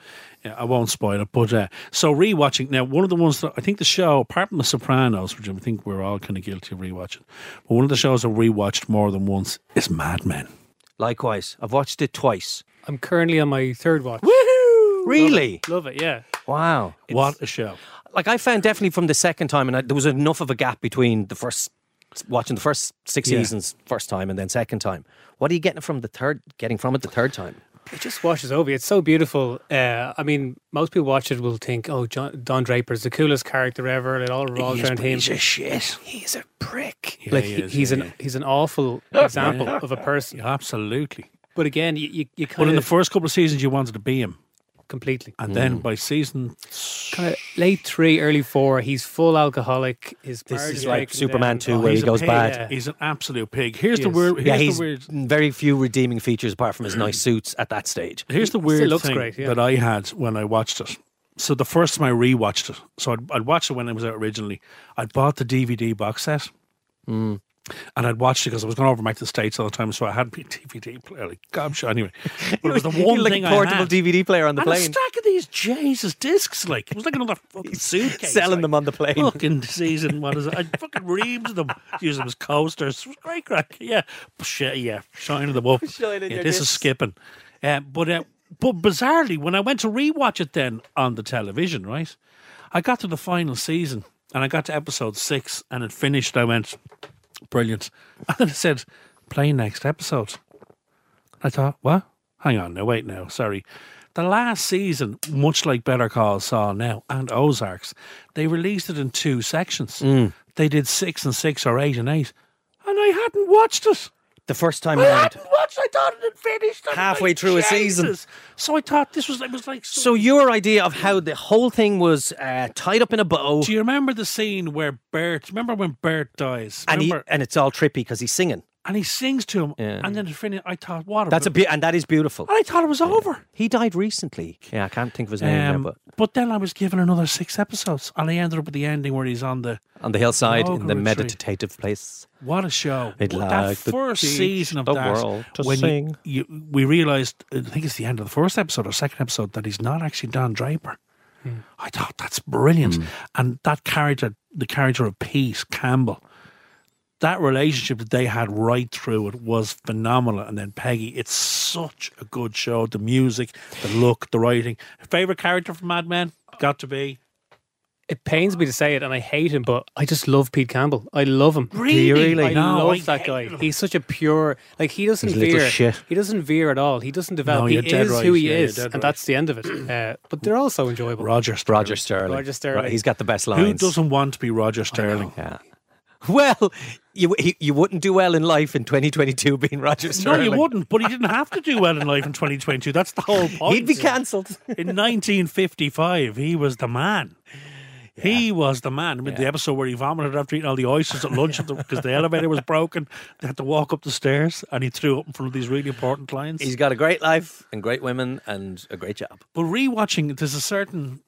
[SPEAKER 3] Yeah, I won't spoil it, but uh, so rewatching now, one of the ones that I think the show, apart from The Sopranos, which I think we're all kind of guilty of rewatching, but one of the shows I rewatched more than once is Mad Men.
[SPEAKER 2] Likewise, I've watched it twice.
[SPEAKER 6] I'm currently on my third watch.
[SPEAKER 2] Really?
[SPEAKER 6] Love it, yeah.
[SPEAKER 2] Wow.
[SPEAKER 3] what a show!
[SPEAKER 2] like I found definitely from the second time, and I, there was enough of a gap between the first watching the first six
[SPEAKER 3] Yeah.
[SPEAKER 2] seasons first time and then second time. What are you getting from the third? Getting from it the third time?
[SPEAKER 6] It just washes over you. It's so beautiful. Uh, I mean, most people watch it will think, oh, John, Don Draper's the coolest character ever. It all revolves around him.
[SPEAKER 3] He's a shit.
[SPEAKER 6] He's a prick.
[SPEAKER 3] Yeah,
[SPEAKER 6] like
[SPEAKER 3] he
[SPEAKER 6] he-
[SPEAKER 3] is,
[SPEAKER 6] he's
[SPEAKER 3] yeah,
[SPEAKER 6] an
[SPEAKER 3] yeah.
[SPEAKER 6] he's an awful example of a person.
[SPEAKER 3] Yeah, absolutely.
[SPEAKER 6] But again, you you, you kind
[SPEAKER 3] Well, in the
[SPEAKER 6] of
[SPEAKER 3] first couple of seasons, you wanted to be him,
[SPEAKER 6] completely
[SPEAKER 3] and then
[SPEAKER 2] Mm.
[SPEAKER 3] by season
[SPEAKER 6] kind of late three, early four. He's full alcoholic. His
[SPEAKER 2] This
[SPEAKER 6] marriage
[SPEAKER 2] is like
[SPEAKER 6] breaking
[SPEAKER 2] Superman
[SPEAKER 6] down. Oh,
[SPEAKER 2] 2 where
[SPEAKER 3] he's
[SPEAKER 2] he
[SPEAKER 3] a
[SPEAKER 2] goes
[SPEAKER 3] pig.
[SPEAKER 2] bad.
[SPEAKER 6] Yeah.
[SPEAKER 3] He's an absolute pig. Here's
[SPEAKER 6] He
[SPEAKER 3] the
[SPEAKER 6] is.
[SPEAKER 3] weird. Here's
[SPEAKER 2] yeah, he's
[SPEAKER 3] the weird.
[SPEAKER 2] very few redeeming features apart from his nice suits at that stage.
[SPEAKER 3] Here's the
[SPEAKER 6] still
[SPEAKER 3] weird
[SPEAKER 6] looks
[SPEAKER 3] thing
[SPEAKER 6] great, yeah.
[SPEAKER 3] that I had when I watched it. So the first time I rewatched it, so I'd, I'd watched it when it was out originally. I'd bought the DVD box set,
[SPEAKER 6] Hmm.
[SPEAKER 3] and I'd watched it because I was going over back to the states all the time. So I had my DVD player, like gobshite. Anyway, but it was the one
[SPEAKER 2] like
[SPEAKER 3] thing
[SPEAKER 2] a portable
[SPEAKER 3] I had.
[SPEAKER 2] DVD player on the
[SPEAKER 3] and a
[SPEAKER 2] plane,
[SPEAKER 3] stack of these Jesus discs, like it was like another fucking suitcase.
[SPEAKER 2] selling
[SPEAKER 3] like.
[SPEAKER 2] them on the plane.
[SPEAKER 3] Fucking season, what is it? I fucking reams them, use them as coasters. It was Great crack, yeah, shit, yeah, shining them up.
[SPEAKER 2] Shining
[SPEAKER 3] yeah,
[SPEAKER 2] your
[SPEAKER 3] this is
[SPEAKER 2] discs.
[SPEAKER 3] skipping, uh, but uh, But bizarrely, when I went to rewatch it then on the television, right, I got to the final season and I got to episode six and it finished. I went, brilliant. And then it said, play next episode. I thought, what? Hang on, no, wait now, sorry. The last season, much like Better Call Saul now and Ozarks, they released it in two sections.
[SPEAKER 2] Mm.
[SPEAKER 3] They did six and six or eight and eight. And I hadn't watched it.
[SPEAKER 2] The first time
[SPEAKER 3] I
[SPEAKER 2] around.
[SPEAKER 3] hadn't watched. I thought it had finished. I'm
[SPEAKER 2] Halfway
[SPEAKER 3] like,
[SPEAKER 2] through a season.
[SPEAKER 3] Jesus. So I thought this was. It was like.
[SPEAKER 2] So
[SPEAKER 3] So,
[SPEAKER 2] your idea of how the whole thing was uh, tied up in a bow,
[SPEAKER 3] do you remember the scene where Bert? Remember when Bert dies?
[SPEAKER 2] and he
[SPEAKER 3] Remember?
[SPEAKER 2] and it's all trippy because he's singing.
[SPEAKER 3] and he sings to him,
[SPEAKER 2] Yeah.
[SPEAKER 3] and then at Finney, I thought, what?
[SPEAKER 2] That's a
[SPEAKER 3] bit.
[SPEAKER 2] be- and that is beautiful.
[SPEAKER 3] And I thought it was over.
[SPEAKER 2] He died recently. Yeah, I can't think of his name
[SPEAKER 3] Um,
[SPEAKER 2] now,
[SPEAKER 3] but, then I was given another six episodes, and I ended up with the ending where he's on the.
[SPEAKER 2] but on the hillside in the
[SPEAKER 3] Margaret Tree.
[SPEAKER 2] meditative place.
[SPEAKER 3] What a show!
[SPEAKER 2] It
[SPEAKER 3] What- that
[SPEAKER 2] lagged the
[SPEAKER 3] first
[SPEAKER 2] beach,
[SPEAKER 3] season of
[SPEAKER 2] the
[SPEAKER 3] that,
[SPEAKER 2] world to
[SPEAKER 3] when you-
[SPEAKER 2] sing.
[SPEAKER 3] You, we realized, I think it's the end of the first episode or second episode, that he's not actually Don Draper.
[SPEAKER 2] Hmm.
[SPEAKER 3] I thought that's brilliant, and that character, the character of Pete Campbell, that relationship that they had right through it was phenomenal. And then Peggy, it's such a good show. The music, the look, the writing. Favorite character from Mad Men got to be
[SPEAKER 6] It pains me to say it, and I hate him, but I just love Pete Campbell. I love him.
[SPEAKER 2] you really?
[SPEAKER 6] I
[SPEAKER 3] No,
[SPEAKER 6] love
[SPEAKER 3] I
[SPEAKER 6] that
[SPEAKER 3] hate
[SPEAKER 6] guy.
[SPEAKER 3] him.
[SPEAKER 6] He's such a pure. Like he doesn't
[SPEAKER 2] He's a little
[SPEAKER 6] veer.
[SPEAKER 2] shit.
[SPEAKER 6] He doesn't veer at all. He doesn't develop.
[SPEAKER 3] No,
[SPEAKER 6] he
[SPEAKER 3] you're dead
[SPEAKER 6] is
[SPEAKER 3] right.
[SPEAKER 6] who he
[SPEAKER 3] Yeah, you're
[SPEAKER 6] is,
[SPEAKER 3] dead
[SPEAKER 6] and
[SPEAKER 3] right.
[SPEAKER 6] that's the end of it. Uh, but they're also enjoyable.
[SPEAKER 3] Roger Sterling.
[SPEAKER 2] Roger Sterling.
[SPEAKER 6] Roger Sterling.
[SPEAKER 2] Right, he's got the best lines.
[SPEAKER 3] Who doesn't want to be Roger Sterling?
[SPEAKER 2] Yeah. Well, you he, you wouldn't do well in life in 2022 being Roger
[SPEAKER 3] No,
[SPEAKER 2] Sterling.
[SPEAKER 3] you wouldn't. But he didn't have to do well in life in 2022. That's the whole point.
[SPEAKER 2] He'd be cancelled.
[SPEAKER 3] in 1955, he was the man. He was the man. I mean, the episode where he vomited after eating all the oysters at lunch because the elevator was broken. They had to walk up the stairs and he threw up in front of these really important clients.
[SPEAKER 2] He's got a great life and great women and a great job.
[SPEAKER 3] But rewatching, there's a certain.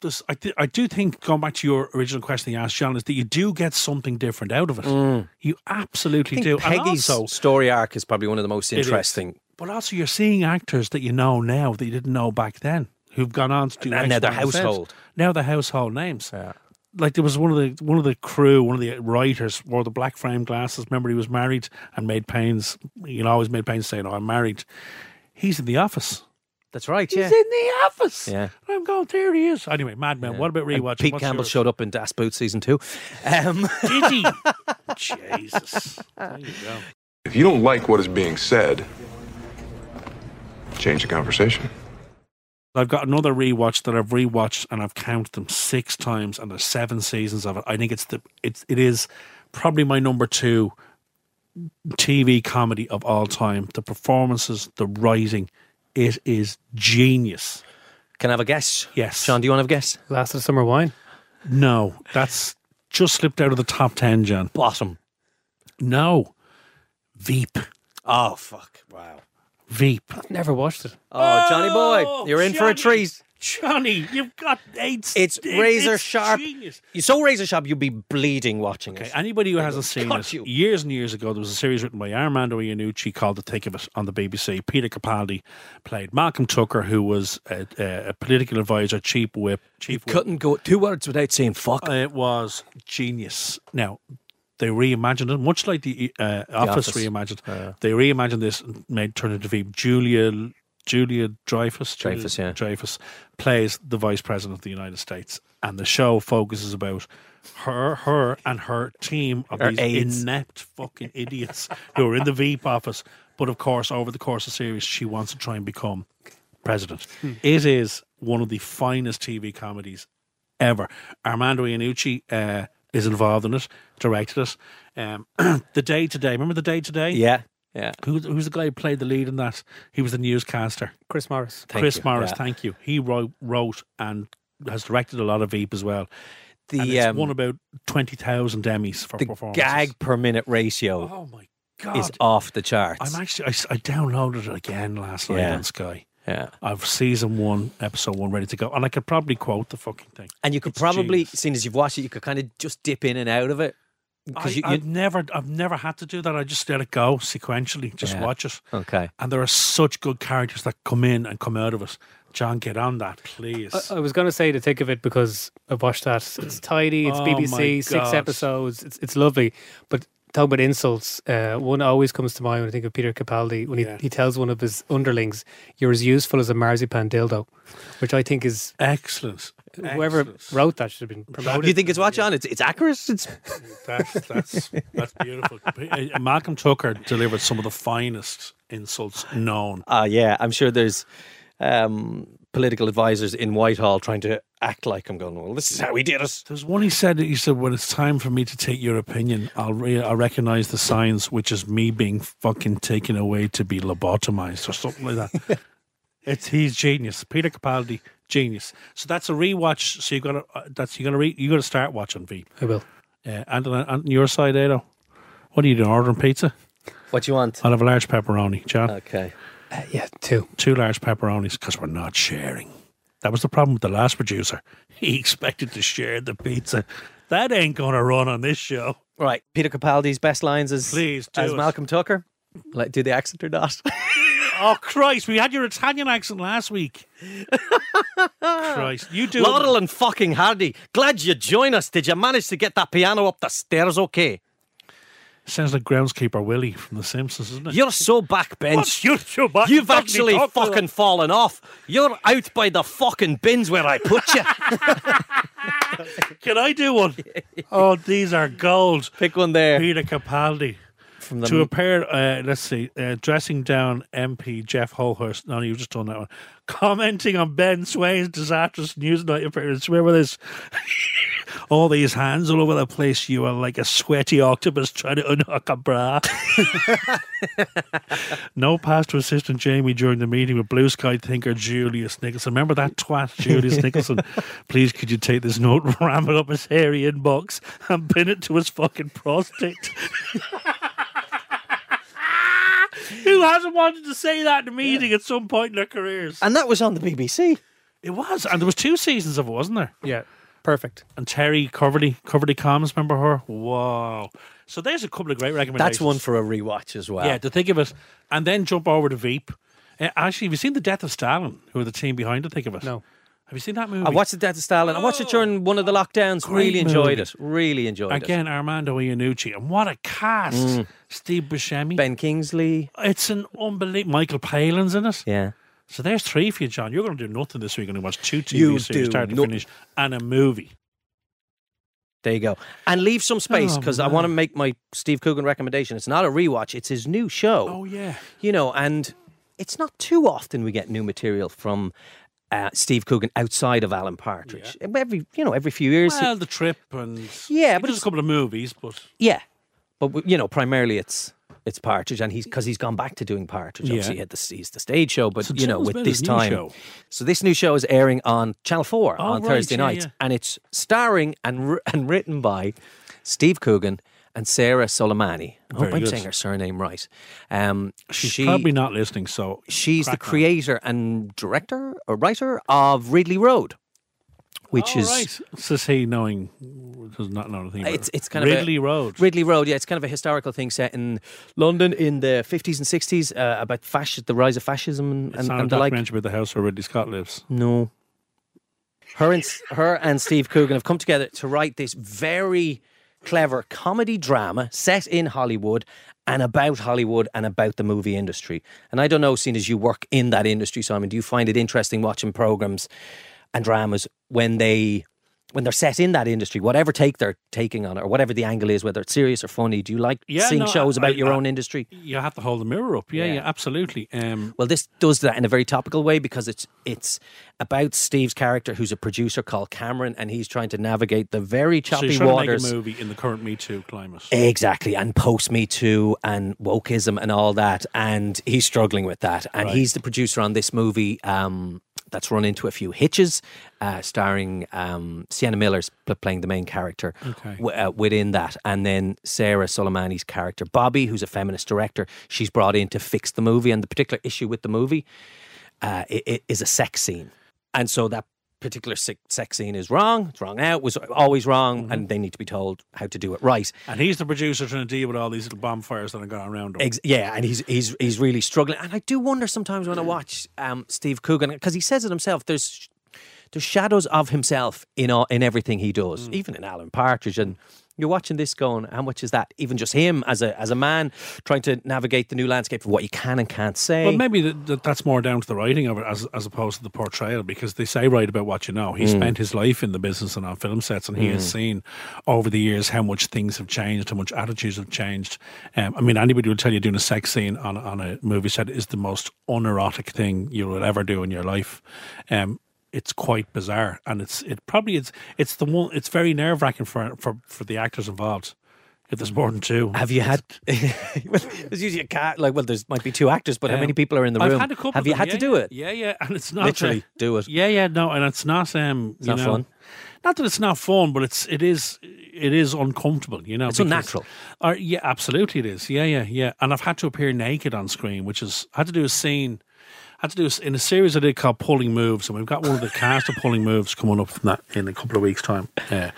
[SPEAKER 3] This, I, thi- I do think going back to your original question you asked John is that you do get something different out of it. You
[SPEAKER 2] Mm. I
[SPEAKER 3] absolutely
[SPEAKER 2] think
[SPEAKER 3] do. And
[SPEAKER 2] Peggy's
[SPEAKER 3] also-
[SPEAKER 2] story arc is probably one of the most
[SPEAKER 3] is.
[SPEAKER 2] interesting.
[SPEAKER 3] But also, you're seeing actors that you know now that you didn't know back then, who've gone on to do.
[SPEAKER 2] And now
[SPEAKER 3] X,
[SPEAKER 2] they're
[SPEAKER 3] Y, and Z.
[SPEAKER 2] household.
[SPEAKER 3] Now they're household names. Like there was one of the one of the crew, one of the writers wore the black frame glasses. Remember, he was married and made pains. You know, always made pains saying, "Oh, I'm married." He's in the office.
[SPEAKER 2] That's right.
[SPEAKER 3] He's in the office.
[SPEAKER 2] Yeah.
[SPEAKER 3] And I'm going. There he is. Anyway, Mad Men. What about
[SPEAKER 2] And
[SPEAKER 3] rewatching?
[SPEAKER 2] Pete
[SPEAKER 3] What's
[SPEAKER 2] Campbell
[SPEAKER 3] yours?
[SPEAKER 2] showed up in Das Boot season two. Um,
[SPEAKER 3] Did he? Jesus. There you go.
[SPEAKER 7] If you don't like what is being said, change the conversation.
[SPEAKER 3] I've got another rewatch that I've rewatched and I've counted them six times and there's seven seasons of it. I think it's the it's it is probably my number two TV comedy of all time. The performances, the writing, it is genius.
[SPEAKER 2] Can I have a guess?
[SPEAKER 3] Yes.
[SPEAKER 2] Sean, do you want to have a guess?
[SPEAKER 6] Last of the summer wine.
[SPEAKER 3] No, that's just slipped out of the top ten, John.
[SPEAKER 2] Bottom.
[SPEAKER 3] No. Veep.
[SPEAKER 2] Oh, fuck. Wow.
[SPEAKER 3] Veep.
[SPEAKER 6] Never watched it.
[SPEAKER 2] Oh, Johnny boy, you're in for a
[SPEAKER 3] Johnny.
[SPEAKER 2] treat.
[SPEAKER 3] Johnny, you've got eight
[SPEAKER 2] It's
[SPEAKER 3] it-
[SPEAKER 2] razor
[SPEAKER 3] it's
[SPEAKER 2] sharp.
[SPEAKER 3] genius.
[SPEAKER 2] You're so razor sharp, you'll be bleeding watching
[SPEAKER 3] Okay,
[SPEAKER 2] it.
[SPEAKER 3] anybody who hasn't seen
[SPEAKER 2] "Got
[SPEAKER 3] it,
[SPEAKER 2] you."
[SPEAKER 3] years and years ago, there was a series written by Armando Iannucci called The Thick of It on the BBC. Peter Capaldi played Malcolm Tucker, who was a, a, a political advisor, chief whip. Chief whip.
[SPEAKER 2] Couldn't go two words without saying fuck.
[SPEAKER 3] It was genius. Now, they reimagined it, much like the, uh, office,
[SPEAKER 2] Office.
[SPEAKER 3] reimagined. They reimagined this and made turned into Veep. Julia Julia Dreyfus,
[SPEAKER 2] Dreyfus, yeah.
[SPEAKER 3] Dreyfus plays the vice president of the United States, and the show focuses about her, her, and her team of
[SPEAKER 2] Her
[SPEAKER 3] these
[SPEAKER 2] aides.
[SPEAKER 3] inept fucking idiots who are in the Veep office. But of course, over the course of the series, she wants to try and become president. It is one of the finest TV comedies ever. Armando Iannucci uh, is involved in it, directed it. Um, the day today, remember the day today?
[SPEAKER 2] Yeah. Yeah.
[SPEAKER 3] Who, who's the guy who played the lead in that? He was the newscaster.
[SPEAKER 6] Chris Morris.
[SPEAKER 2] Thank
[SPEAKER 3] Chris
[SPEAKER 2] you.
[SPEAKER 3] Morris,
[SPEAKER 2] Yeah.
[SPEAKER 3] thank you. He wrote, wrote and has directed a lot of Veep as well.
[SPEAKER 2] The,
[SPEAKER 3] and it's
[SPEAKER 2] um,
[SPEAKER 3] won about 20,000 Emmys for
[SPEAKER 2] the
[SPEAKER 3] performances.
[SPEAKER 2] gag per minute ratio
[SPEAKER 3] Oh my
[SPEAKER 2] is
[SPEAKER 3] God.
[SPEAKER 2] off the charts.
[SPEAKER 3] I'm actually, I, s- I downloaded it again last night
[SPEAKER 2] Yeah.
[SPEAKER 3] on Sky.
[SPEAKER 2] yeah.
[SPEAKER 3] I've season one, episode one ready to go. And I could probably quote the fucking thing.
[SPEAKER 2] And you could
[SPEAKER 3] It's
[SPEAKER 2] probably,
[SPEAKER 3] genius.
[SPEAKER 2] seeing as you've watched it, you could kind of just dip in and out of it.
[SPEAKER 3] I,
[SPEAKER 2] Because you,
[SPEAKER 3] I've
[SPEAKER 2] you,
[SPEAKER 3] never, I've never had to do that. I just let it go sequentially. Just
[SPEAKER 2] Yeah.
[SPEAKER 3] watch it.
[SPEAKER 2] okay.
[SPEAKER 3] And there are such good characters that come in and come out of it. John, get on that, please.
[SPEAKER 6] I, I was going to say to think of it because I watched that. It's tidy. It's
[SPEAKER 3] Oh my
[SPEAKER 6] BBC. Six
[SPEAKER 3] God.
[SPEAKER 6] episodes. It's it's lovely. But talking about insults, uh, one always comes to mind when I think of Peter Capaldi when he,
[SPEAKER 3] Yeah.
[SPEAKER 6] he tells one of his underlings, "You're as useful as a marzipan dildo," which I think is
[SPEAKER 3] Excellent.
[SPEAKER 6] whoever wrote that should have been promoted.
[SPEAKER 2] Do you think it's watch on? It's it's accurate. It's
[SPEAKER 3] That's that's that's beautiful. Uh, Malcolm Tucker delivered some of the finest insults known.
[SPEAKER 2] Ah, yeah, I'm sure there's um, political advisors in Whitehall trying to act like I'm going. Well, this is how we did it.
[SPEAKER 3] There's one he said. He said, "When it's time for me to take your opinion, I'll re- I recognize the signs, which is me being fucking taken away to be lobotomized or something like that." it's he's genius, Peter Capaldi, genius. So that's a rewatch. So you got to uh, that's you got to re- you got to start watching V.
[SPEAKER 6] I will.
[SPEAKER 3] Uh, and on and on your side, Edo, what are you doing? Ordering pizza?
[SPEAKER 2] What do you want?
[SPEAKER 3] I'll have a large pepperoni, John.
[SPEAKER 2] Okay.
[SPEAKER 6] Uh, yeah, two.
[SPEAKER 3] two large pepperonis because we're not sharing. That was the problem with the last producer. He expected to share the pizza. That ain't gonna run on this show.
[SPEAKER 2] Right. Peter Capaldi's best lines as
[SPEAKER 3] Please do
[SPEAKER 2] as
[SPEAKER 3] it.
[SPEAKER 2] Malcolm Tucker. Like, do the accent or not?
[SPEAKER 3] Oh Christ! We had your Italian accent last week. Christ, you do.
[SPEAKER 2] Laurel and fucking Hardy. Glad you join us. Did you manage to get that piano up the stairs? Okay.
[SPEAKER 3] Sounds like groundskeeper Willie from The Simpsons, isn't it?
[SPEAKER 2] You're so backbench. You've actually fucking fallen off. You're out by the fucking bins where I put you.
[SPEAKER 3] Can I do one? oh, these are gold.
[SPEAKER 2] Pick one there
[SPEAKER 3] Peter Capaldi.
[SPEAKER 2] from the
[SPEAKER 3] to appear, uh, let's see, uh, dressing down MP Jeff Holhurst. No, you've just done that one. Commenting on Ben Swain's disastrous Newsnight appearance. Remember this? all these hands all over the place. You are like a sweaty octopus trying to unhook a bra. no pass to assistant Jamie during the meeting with Blue Sky thinker Julius Nicholson. Remember that twat, Julius Nicholson? Please, could you take this note, ram it up his hairy inbox, and pin it to his fucking prostate? Who hasn't wanted to say that in a meeting at some point in their careers?
[SPEAKER 2] and that was on the BBC.
[SPEAKER 3] It was, and there was two seasons of it, wasn't there?
[SPEAKER 6] Yeah, perfect.
[SPEAKER 3] and Terry Coverley, Coverley Combs, remember her? Wow. So there's a couple of great recommendations.
[SPEAKER 2] That's one for a rewatch as well.
[SPEAKER 3] Yeah, to think of it. And then jump over to Veep. Uh, actually, have you seen The Death of Stalin, who are the team behind to think of it?
[SPEAKER 6] No.
[SPEAKER 3] Have you seen that movie?
[SPEAKER 2] I watched The Death of Stalin. I watched it during one of the lockdowns.
[SPEAKER 3] Oh, Great
[SPEAKER 2] really enjoyed
[SPEAKER 3] movie.
[SPEAKER 2] it. Really enjoyed it. Mm.
[SPEAKER 3] Again, Armando Iannucci. And what a cast. Steve Buscemi.
[SPEAKER 2] Ben Kingsley.
[SPEAKER 3] It's an unbelievable. Michael Palin's in it.
[SPEAKER 2] Yeah.
[SPEAKER 3] So there's three for you, John. You're going to do nothing this week. You're going to watch two TV
[SPEAKER 2] You
[SPEAKER 3] series,
[SPEAKER 2] do
[SPEAKER 3] start to
[SPEAKER 2] no-
[SPEAKER 3] finish, and a movie.
[SPEAKER 2] There you go. And leave some space
[SPEAKER 3] Oh,
[SPEAKER 2] because I
[SPEAKER 3] man.
[SPEAKER 2] want to make my Steve Coogan recommendation. It's not a rewatch, it's his new show.
[SPEAKER 3] Oh, yeah.
[SPEAKER 2] You know, and it's not too often we get new material from uh, Steve Coogan outside of Alan Partridge. Every, you know, every few years. he-
[SPEAKER 3] Well, The Trip and.
[SPEAKER 2] Yeah,
[SPEAKER 3] he
[SPEAKER 2] but
[SPEAKER 3] does
[SPEAKER 2] it's-
[SPEAKER 3] a couple of movies, but.
[SPEAKER 2] Yeah, but w- you know, primarily it's it's Partridge, and he's because he's gone back to doing Partridge. Obviously,
[SPEAKER 3] Yeah.
[SPEAKER 2] he had the he's the stage show, but
[SPEAKER 3] So
[SPEAKER 2] you know,
[SPEAKER 3] tell us
[SPEAKER 2] with
[SPEAKER 3] about
[SPEAKER 2] this
[SPEAKER 3] his new
[SPEAKER 2] time,
[SPEAKER 3] show.
[SPEAKER 2] so this new show is airing on Channel Four
[SPEAKER 3] Oh,
[SPEAKER 2] on
[SPEAKER 3] right,
[SPEAKER 2] Thursday
[SPEAKER 3] yeah,
[SPEAKER 2] nights,
[SPEAKER 3] yeah.
[SPEAKER 2] and it's starring and wr- and written by Steve Coogan and Sarah Soleimani. I hope
[SPEAKER 3] Very
[SPEAKER 2] I'm
[SPEAKER 3] good.
[SPEAKER 2] saying her surname right. Um,
[SPEAKER 3] She's
[SPEAKER 2] she
[SPEAKER 3] probably not listening, so
[SPEAKER 2] she's the
[SPEAKER 3] crack on.
[SPEAKER 2] creator and director or writer of Ridley Road, which
[SPEAKER 3] All
[SPEAKER 2] is.
[SPEAKER 3] Oh, right. says he, knowing does not know anything. About
[SPEAKER 2] Uh, It's
[SPEAKER 3] it.
[SPEAKER 2] it's kind of a-
[SPEAKER 3] Ridley Road.
[SPEAKER 2] Ridley Road, yeah, it's kind of a historical thing set in London in the fifties and sixties uh, about fasc- the rise of fascism and,
[SPEAKER 3] it's
[SPEAKER 2] and,
[SPEAKER 3] not
[SPEAKER 2] and
[SPEAKER 3] a
[SPEAKER 2] the like.
[SPEAKER 3] documentary about the house where Ridley Scott lives.
[SPEAKER 2] No, her and s- her and Steve Coogan have come together to write this very clever comedy drama set in Hollywood and about Hollywood and about the movie industry. And I don't know, seeing as you work in that industry, Simon, do you find it interesting watching programs and dramas when they when they're set in that industry, whatever take they're taking on it, or whatever the angle is, whether it's serious or funny, do you like
[SPEAKER 3] Yeah,
[SPEAKER 2] seeing
[SPEAKER 3] no,
[SPEAKER 2] shows
[SPEAKER 3] I-
[SPEAKER 2] about
[SPEAKER 3] I-
[SPEAKER 2] your
[SPEAKER 3] I-
[SPEAKER 2] own industry?
[SPEAKER 3] You have to hold the mirror up. Yeah, yeah, absolutely. Um,
[SPEAKER 2] Well, this does that in a very topical way because it's it's about Steve's character, who's a producer called Cameron, and he's trying to navigate the very
[SPEAKER 3] so
[SPEAKER 2] choppy
[SPEAKER 3] you're trying
[SPEAKER 2] waters.
[SPEAKER 3] to make a movie in the current Me Too climate.
[SPEAKER 2] Exactly, and post Me Too and wokeism and all that, and he's struggling with that. And
[SPEAKER 3] Right.
[SPEAKER 2] he's the producer on this movie um, that's run into a few hitches, uh, starring um, Sienna Miller's pl- playing the main character
[SPEAKER 3] Okay.
[SPEAKER 2] w- uh, within that, and then Sarah Soleimani's character Bobby, who's a feminist director, she's brought in to fix the movie, and the particular issue with the movie uh, i i- is a sex scene, and so that particular se- sex scene is wrong. It's wrong out. Was always wrong,
[SPEAKER 3] Mm-hmm.
[SPEAKER 2] and they need to be told how to do it right.
[SPEAKER 3] And he's the producer trying to deal with all these little bonfires that are going around him.
[SPEAKER 2] Ex- yeah, and he's he's he's really struggling. And I do wonder sometimes when I watch um, Steve Coogan because he says it himself. Mm. There's there's shadows of himself in all, in everything he does, even in Alan Partridge and You're watching this going, how much is that? Even just him as a as a man trying to navigate the new landscape of what you can and can't say.
[SPEAKER 3] Well, maybe th- th- that's more down to the writing of it as as opposed to the portrayal, because they say right about what you know. He
[SPEAKER 2] Hmm.
[SPEAKER 3] spent his life in the business and on film sets, and he has seen over the years how much things have changed, how much attitudes have changed. Um, I mean, anybody will tell you doing a sex scene on on a movie set is the most unerotic thing you will ever do in your life. Um, it's quite bizarre, and it's it probably it's it's the one it's very nerve wracking for, for for the actors involved. If there's more than two,
[SPEAKER 2] Have you had? well, there's usually a cat. Like, well, there's might be two actors, but how
[SPEAKER 3] Um,
[SPEAKER 2] many people are in the
[SPEAKER 3] I've
[SPEAKER 2] room?
[SPEAKER 3] had a couple
[SPEAKER 2] Have
[SPEAKER 3] of
[SPEAKER 2] you
[SPEAKER 3] them,
[SPEAKER 2] had
[SPEAKER 3] yeah,
[SPEAKER 2] to do
[SPEAKER 3] yeah.
[SPEAKER 2] it?
[SPEAKER 3] Yeah, yeah, and it's not
[SPEAKER 2] Literally,
[SPEAKER 3] uh,
[SPEAKER 2] do it.
[SPEAKER 3] Yeah, yeah, no, and it's not um, you
[SPEAKER 2] not
[SPEAKER 3] know,
[SPEAKER 2] fun.
[SPEAKER 3] Not that it's not fun, but it's it is it is uncomfortable. You know,
[SPEAKER 2] It's
[SPEAKER 3] because-
[SPEAKER 2] unnatural.
[SPEAKER 3] Or, yeah, absolutely, it is. Yeah, yeah, yeah. And I've had to appear naked on screen, which is I had to do a scene. I had to do a s in a series I did called Pulling Moves, and we've got one of the cast of Pulling Moves coming up from that in a couple of weeks' time. Yeah.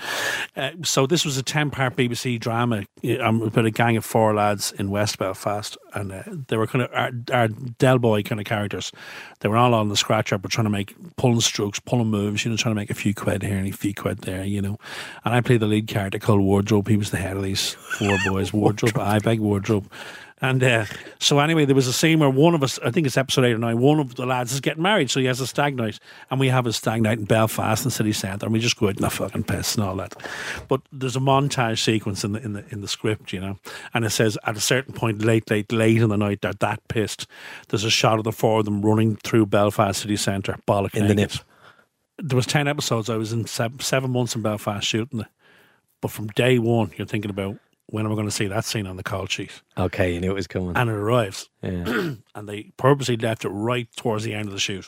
[SPEAKER 3] Uh, so this was a ten-part BBC drama uh, um, about a gang of four lads in West Belfast, and uh, they were kind of our, our Del Boy kind of characters. They were all on the scratch up, but trying to make pulling strokes, pulling moves, you know, trying to make a few quid here and a few quid there, you know. And I played the lead character called Wardrobe. He was the head of these four boys. Wardrobe, I beg Wardrobe. And uh, so, anyway, there was a scene where one of us, I think it's episode eight or nine, one of the lads is getting married. So he has a stag night. And we have a stag night in Belfast, in the city centre. And we just go out and a fucking piss and all that. But there's a montage sequence in the, in the in the script, you know. And it says at a certain point, late, late, late in the night, they're that pissed. There's a shot of the four of them running through Belfast city centre, bollock
[SPEAKER 2] In the
[SPEAKER 3] naked.
[SPEAKER 2] nip.
[SPEAKER 3] There was 10 episodes. I was in seven, seven months in Belfast shooting it. But from day one, you're thinking about when am I going to see that scene on the call sheet?
[SPEAKER 2] Okay, you knew it was coming.
[SPEAKER 3] and it arrives.
[SPEAKER 2] Yeah.
[SPEAKER 3] and they purposely left it right towards the end of the shoot.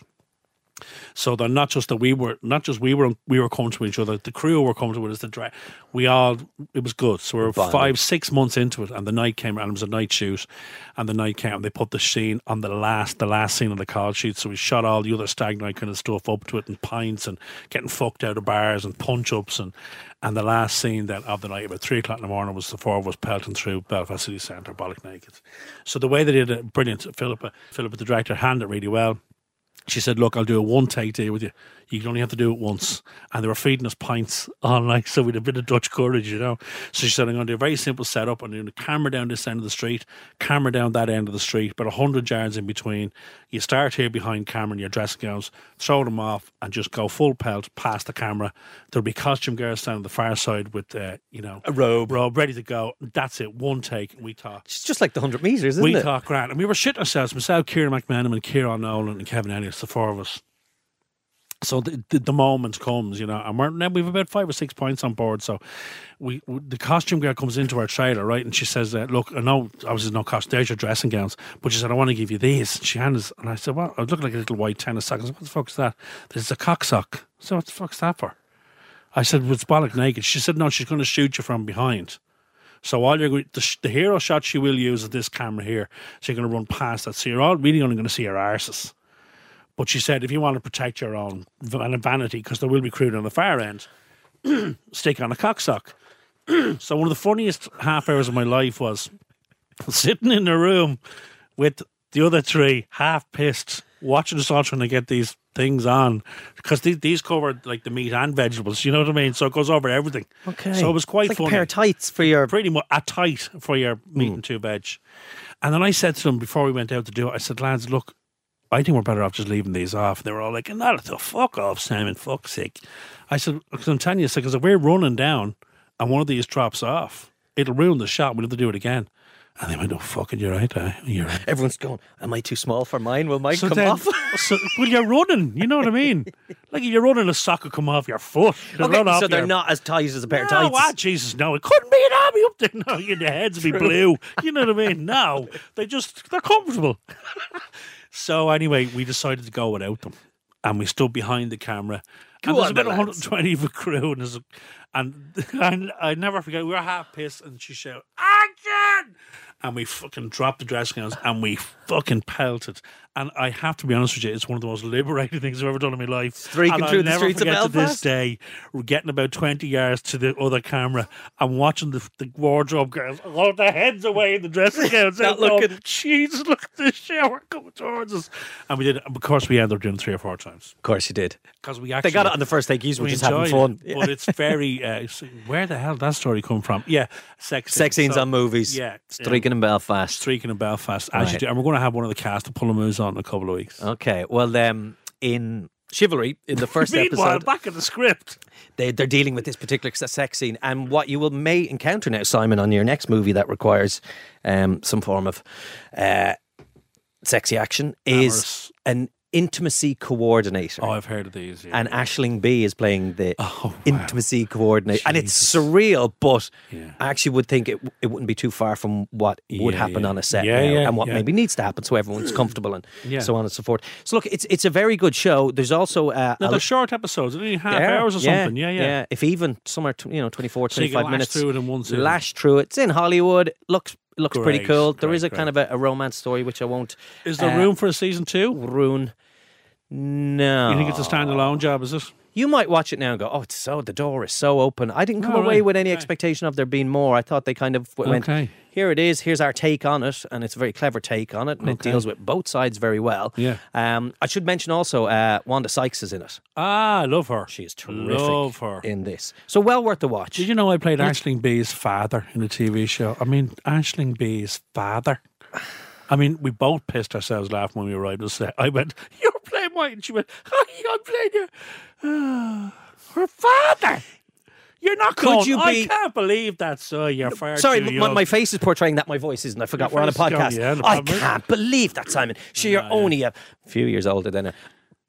[SPEAKER 3] So they're not just that we were not just we were we were comfortable with each other. The crew were comfortable with us. The dra- we all it was good. So we were
[SPEAKER 2] Bonded.
[SPEAKER 3] five six months into it, and the night came and it was a night shoot, and the night came and they put the scene on the last the last scene of the call sheet. So we shot all the other stag night kind of stuff up to it and pints and getting fucked out of bars and punch ups and and the last scene then of the night about three o'clock in the morning was the four of us pelting through Belfast City Centre bollock naked. So the way they did it, brilliant. Philippa Philippa the director handled it really well she said, "Look, I'll do a one take day with you. You can only have to do it once." And they were feeding us pints all night, so we'd a bit of Dutch courage, you know. So she said, "I'm going to do a very simple setup. I'm doing a camera down this end of the street, camera down that end of the street, but hundred yards in between. You start here behind camera in your dressing gowns, throw them off, and just go full pelt past the camera. There'll be costume girls down on the far side with, uh, you know, a robe, robe ready to go. That's it. One take. And we talk
[SPEAKER 2] It's just like the hundred meters, isn't
[SPEAKER 3] we
[SPEAKER 2] it?
[SPEAKER 3] talk grand. And we were shitting ourselves. Myself, Kieran McManam and Kieran Nolan and Kevin Elliott, the four of us. So the, the, the moment comes, you know, and we're, now we've about five or six points on board. So we, we the costume girl comes into our trailer, right? And she says, uh, look, I know obviously no cost, there's your dressing gowns. But she said, I want to give you these. She handed us, and I said, well, I was looking like a little white tennis sock. I said, what the fuck is that? This is a cock sock. So what the fuck's that for? I said, well, it's bollock naked. She said, no, she's going to shoot you from behind. So all you're going, the, sh- the hero shot she will use is this camera here. So you're going to run past that. So you're all really only going to see her arses. But she said, if you want to protect your own van- vanity, because there will be crew on the far end, stick on a cocksock. so one of the funniest half hours of my life was sitting in the room with the other three, half pissed, watching us all trying to get these things on because these, these cover like the meat and vegetables. You know what I mean? So it goes over everything.
[SPEAKER 2] Okay.
[SPEAKER 3] So it was quite
[SPEAKER 2] it's like
[SPEAKER 3] funny
[SPEAKER 2] a pair of tights for your.
[SPEAKER 3] pretty much a tight for your meat
[SPEAKER 2] Mm.
[SPEAKER 3] and two veg. And then I said to them before we went out to do it, I said, lads, look, I think we're better off just leaving these off. And they were all like, not the fuck off, Simon, fuck's sake. I said, because I'm telling you, because if we're running down and one of these drops off, it'll ruin the shot. We'll have to do it again. And they went, oh, fucking, you're right, eh? you're right.
[SPEAKER 2] Everyone's going. Am I too small for mine? Will mine come
[SPEAKER 3] then-
[SPEAKER 2] off?
[SPEAKER 3] so, well, you're running. You know what I mean? Like, if you're running, a sock will come off your foot. It'll
[SPEAKER 2] Okay,
[SPEAKER 3] run off
[SPEAKER 2] so they're
[SPEAKER 3] your-
[SPEAKER 2] not as tight as a pair of
[SPEAKER 3] no,
[SPEAKER 2] tights.
[SPEAKER 3] ah, Jesus, no, it couldn't be an army up there. No, your heads would be blue. You know what I mean? No, they just they're comfortable. so anyway, we decided to go without them, and we stood behind the camera. and there's
[SPEAKER 2] on,
[SPEAKER 3] about
[SPEAKER 2] lads.
[SPEAKER 3] 120 of a crew, and there's a- and I, I never forget. We were half pissed, and she shouted, "Action!" and we fucking dropped the dressing gowns and we fucking pelted. And I have to be honest with you, it's one of the most liberating things I've ever done in my life.
[SPEAKER 2] Streaking
[SPEAKER 3] and I'll
[SPEAKER 2] through the
[SPEAKER 3] never
[SPEAKER 2] streets of
[SPEAKER 3] forget to this
[SPEAKER 2] Belfast?
[SPEAKER 3] day, we're getting about 20 yards to the other camera and watching the, the wardrobe girls hold their heads away in the dressing gowns.
[SPEAKER 2] Not
[SPEAKER 3] and going,
[SPEAKER 2] looking.
[SPEAKER 3] Jesus, look at this shower coming towards us. And we did, of course, we ended up doing it three or four times.
[SPEAKER 2] Of course you did.
[SPEAKER 3] Because we actually
[SPEAKER 2] They got it on the first take. You were
[SPEAKER 3] we
[SPEAKER 2] just having
[SPEAKER 3] enjoyed
[SPEAKER 2] fun.
[SPEAKER 3] it, But it's very uh, it's- where the hell did that story come from? Yeah, sex
[SPEAKER 2] Sex scenes
[SPEAKER 3] So-
[SPEAKER 2] on movies.
[SPEAKER 3] Yeah,
[SPEAKER 2] Streaking in Belfast.
[SPEAKER 3] streaking in Belfast as you
[SPEAKER 2] Right. Uh,
[SPEAKER 3] do, and we're going to have one of the cast to pull the moves on in a couple of weeks.
[SPEAKER 2] Okay. Well, um, in Chivalry, in the first
[SPEAKER 3] Meanwhile,
[SPEAKER 2] episode,
[SPEAKER 3] back in the script,
[SPEAKER 2] they, they're dealing with this particular se- sex scene and what you will may encounter now simon on your next movie that requires um, some form of uh, sexy action is
[SPEAKER 3] Amorous.
[SPEAKER 2] an intimacy coordinator
[SPEAKER 3] oh, I've heard of these. Yeah.
[SPEAKER 2] and ashling b is playing the
[SPEAKER 3] Oh, wow.
[SPEAKER 2] intimacy coordinator and it's
[SPEAKER 3] Jesus.
[SPEAKER 2] surreal but
[SPEAKER 3] Yeah.
[SPEAKER 2] i actually would think it, it wouldn't be too far from what would
[SPEAKER 3] Yeah,
[SPEAKER 2] happen
[SPEAKER 3] yeah.
[SPEAKER 2] on a set
[SPEAKER 3] Yeah,
[SPEAKER 2] now
[SPEAKER 3] yeah,
[SPEAKER 2] and what
[SPEAKER 3] yeah.
[SPEAKER 2] maybe needs to happen so everyone's comfortable and
[SPEAKER 3] Yeah.
[SPEAKER 2] so on and so forth so look it's it's a very good show there's also uh,
[SPEAKER 3] no,
[SPEAKER 2] a-
[SPEAKER 3] they're short episodes, they're only half hours or something. Yeah, yeah.
[SPEAKER 2] If even somewhere, tw- you know, 24,
[SPEAKER 3] So you
[SPEAKER 2] 25
[SPEAKER 3] can lash
[SPEAKER 2] minutes.
[SPEAKER 3] through it in one sitting.
[SPEAKER 2] Lash through it. It's in Hollywood. Looks looks pretty
[SPEAKER 3] Great,
[SPEAKER 2] cool. There
[SPEAKER 3] great,
[SPEAKER 2] is a kind of a, a romance story which I won't
[SPEAKER 3] Is there
[SPEAKER 2] uh,
[SPEAKER 3] room for a season two?
[SPEAKER 2] ruin. No,
[SPEAKER 3] You think it's a standalone job? Is it?
[SPEAKER 2] You might watch it now and go, "Oh, it's so the door is so open." I didn't come
[SPEAKER 3] Oh,
[SPEAKER 2] away
[SPEAKER 3] right,
[SPEAKER 2] with any
[SPEAKER 3] okay.
[SPEAKER 2] expectation of there being more. I thought they kind of w- went,
[SPEAKER 3] Okay.
[SPEAKER 2] "Here it is. Here's our take on it," and it's a very clever take on it, and it
[SPEAKER 3] Okay.
[SPEAKER 2] deals with both sides very well.
[SPEAKER 3] Yeah.
[SPEAKER 2] Um, I should mention also, uh, Wanda Sykes is in it.
[SPEAKER 3] Ah, I love her.
[SPEAKER 2] She is terrific
[SPEAKER 3] Love her.
[SPEAKER 2] in this, so well worth the watch.
[SPEAKER 3] Did you know I played Ashling B's father in a TV show? I mean, Ashling B's father. I mean, we both pissed ourselves laughing when we arrived on set. I went, "You're playing mine," and she went, "Oh, "I'm playing your uh, her father." You're not
[SPEAKER 2] Could
[SPEAKER 3] going.
[SPEAKER 2] you
[SPEAKER 3] I
[SPEAKER 2] be-
[SPEAKER 3] can't believe that, sir. You're fired.
[SPEAKER 2] Sorry,
[SPEAKER 3] too
[SPEAKER 2] my,
[SPEAKER 3] young."
[SPEAKER 2] my face is portraying that. My voice isn't. I forgot
[SPEAKER 3] Your
[SPEAKER 2] we're on a
[SPEAKER 3] face is going,
[SPEAKER 2] podcast.
[SPEAKER 3] yeah, no
[SPEAKER 2] I
[SPEAKER 3] problem.
[SPEAKER 2] can't believe that, Simon. So you're only a few years older than her.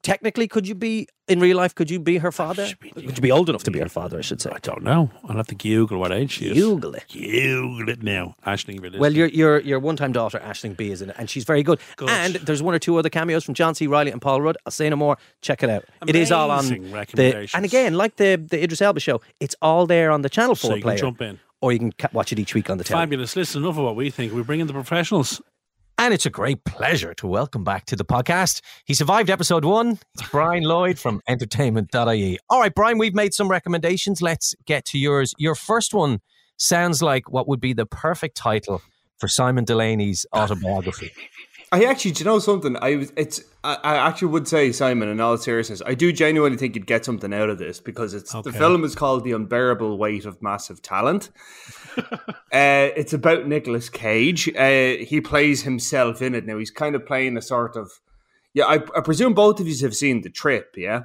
[SPEAKER 2] Technically, could you be in real life? Could you be her father? Could you be old enough to be her father? I should say.
[SPEAKER 3] I don't know. I'll have to Google what age she is.
[SPEAKER 2] Google it.
[SPEAKER 3] Google it now, Ashling. if you're
[SPEAKER 2] Well,
[SPEAKER 3] listening.
[SPEAKER 2] your your your one time daughter Ashling B is in it, and she's very good. And there's one or two other cameos from John C. Riley and Paul Rudd. I'll say no more. Check it out. it is all on.
[SPEAKER 3] Amazing
[SPEAKER 2] The,
[SPEAKER 3] recommendations.
[SPEAKER 2] and again, like the the Idris Elba show, it's all there on the Channel Four
[SPEAKER 3] So you can
[SPEAKER 2] player,
[SPEAKER 3] jump in.
[SPEAKER 2] or you can ca- watch it each week on the telly.
[SPEAKER 3] fabulous. Listen, enough of what we think. We bring in the professionals.
[SPEAKER 4] And it's a great pleasure to welcome back to the podcast. He survived episode one. It's Brian Lloyd from entertainment.ie. E. All right, Brian, we've made some recommendations. Let's get to yours. Your first one sounds like what would be the perfect title for Simon Delaney's autobiography.
[SPEAKER 8] I actually, do you know something? I was, it's, I, I actually would say, Simon, in all seriousness, I do genuinely think you'd get something out of this because it's
[SPEAKER 3] Okay.
[SPEAKER 8] the film is called "The Unbearable Weight of Massive Talent." uh, it's about Nicolas Cage. Uh, he plays himself in it now. He's kind of playing a sort of, yeah. I, I presume both of you have seen the trip, yeah.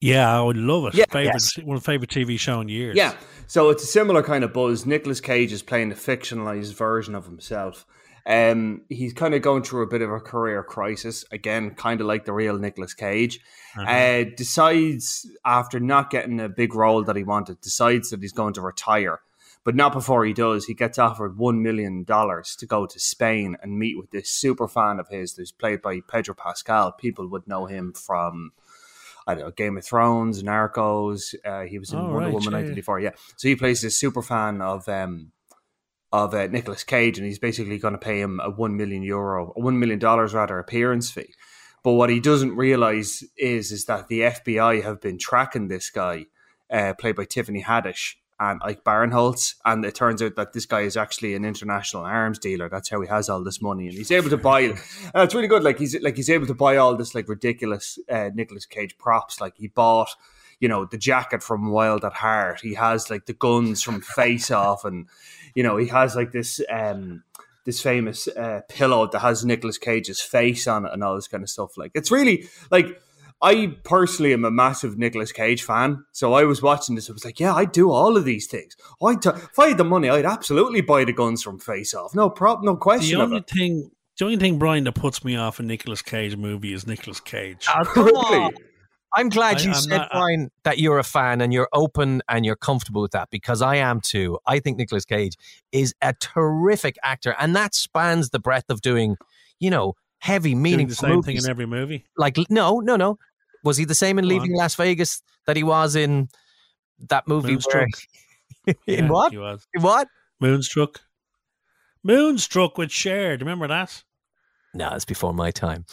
[SPEAKER 3] Yeah, I would love it.
[SPEAKER 8] Yeah,
[SPEAKER 3] favorite,
[SPEAKER 8] yes.
[SPEAKER 3] One of the favorite TV show in years.
[SPEAKER 8] Yeah. So it's a similar kind of buzz. Nicolas Cage is playing a fictionalized version of himself. Um, he's kind of going through a bit of a career crisis again, kind of like the real Nicolas Cage. uh decides after not getting a big role that he wanted, decides that he's going to retire, but not before he does. He gets offered one million dollars to go to Spain and meet with this super fan of his, who's played by Pedro Pascal. People would know him from I don't know, Game of Thrones, Narcos. Uh, he was in
[SPEAKER 3] Oh,
[SPEAKER 8] Wonder
[SPEAKER 3] right,
[SPEAKER 8] Woman
[SPEAKER 3] yeah, yeah.
[SPEAKER 8] 1984. Yeah. So he plays this super fan of um, of uh, Nicolas Cage, and he's basically going to pay him a one million euro, a one million dollars rather, appearance fee. But what he doesn't realize is is that the FBI have been tracking this guy, uh, played by Tiffany Haddish and Ike Barinholtz, and it turns out that this guy is actually an international arms dealer. That's how he has all this money, and he's able to buy. And it's really good. Like he's like he's able to buy all this like ridiculous uh, Nicolas Cage props. Like he bought. You know the jacket from Wild at Heart. He has like the guns from Face Off, and you know he has like this um, this famous uh, pillow that has Nicolas Cage's face on it and all this kind of stuff. Like it's really like I personally am a massive Nicolas Cage fan, so I was watching this. I was like, yeah, I'd do all of these things. I t- if I had the money, I'd absolutely buy the guns from Face Off. No problem, no
[SPEAKER 3] The
[SPEAKER 8] question. of
[SPEAKER 3] only
[SPEAKER 8] it.
[SPEAKER 3] thing, the only thing, Brian, that puts me off a Nicolas Cage movie is Nicolas Cage.
[SPEAKER 4] Oh, come on. I'm glad
[SPEAKER 3] I-
[SPEAKER 4] you
[SPEAKER 3] I'm
[SPEAKER 4] said,
[SPEAKER 3] not- uh, I-
[SPEAKER 4] Brian, that you're a fan and you're open and you're comfortable with that because I am too. I think Nicolas Cage is a terrific actor and that spans the breadth of doing, you know, heavy,
[SPEAKER 3] Doing
[SPEAKER 4] meaningful
[SPEAKER 3] the same thing
[SPEAKER 4] movies.
[SPEAKER 3] in every movie.
[SPEAKER 4] like no no no was he the same in
[SPEAKER 3] Go
[SPEAKER 4] leaving las vegas that he was in that movie where,
[SPEAKER 3] Moonstruck.
[SPEAKER 4] in
[SPEAKER 3] Yeah,
[SPEAKER 4] what
[SPEAKER 3] He was.
[SPEAKER 4] in what
[SPEAKER 3] Moonstruck. Moonstruck with Cher. Do you remember that?
[SPEAKER 4] No, it's before my time.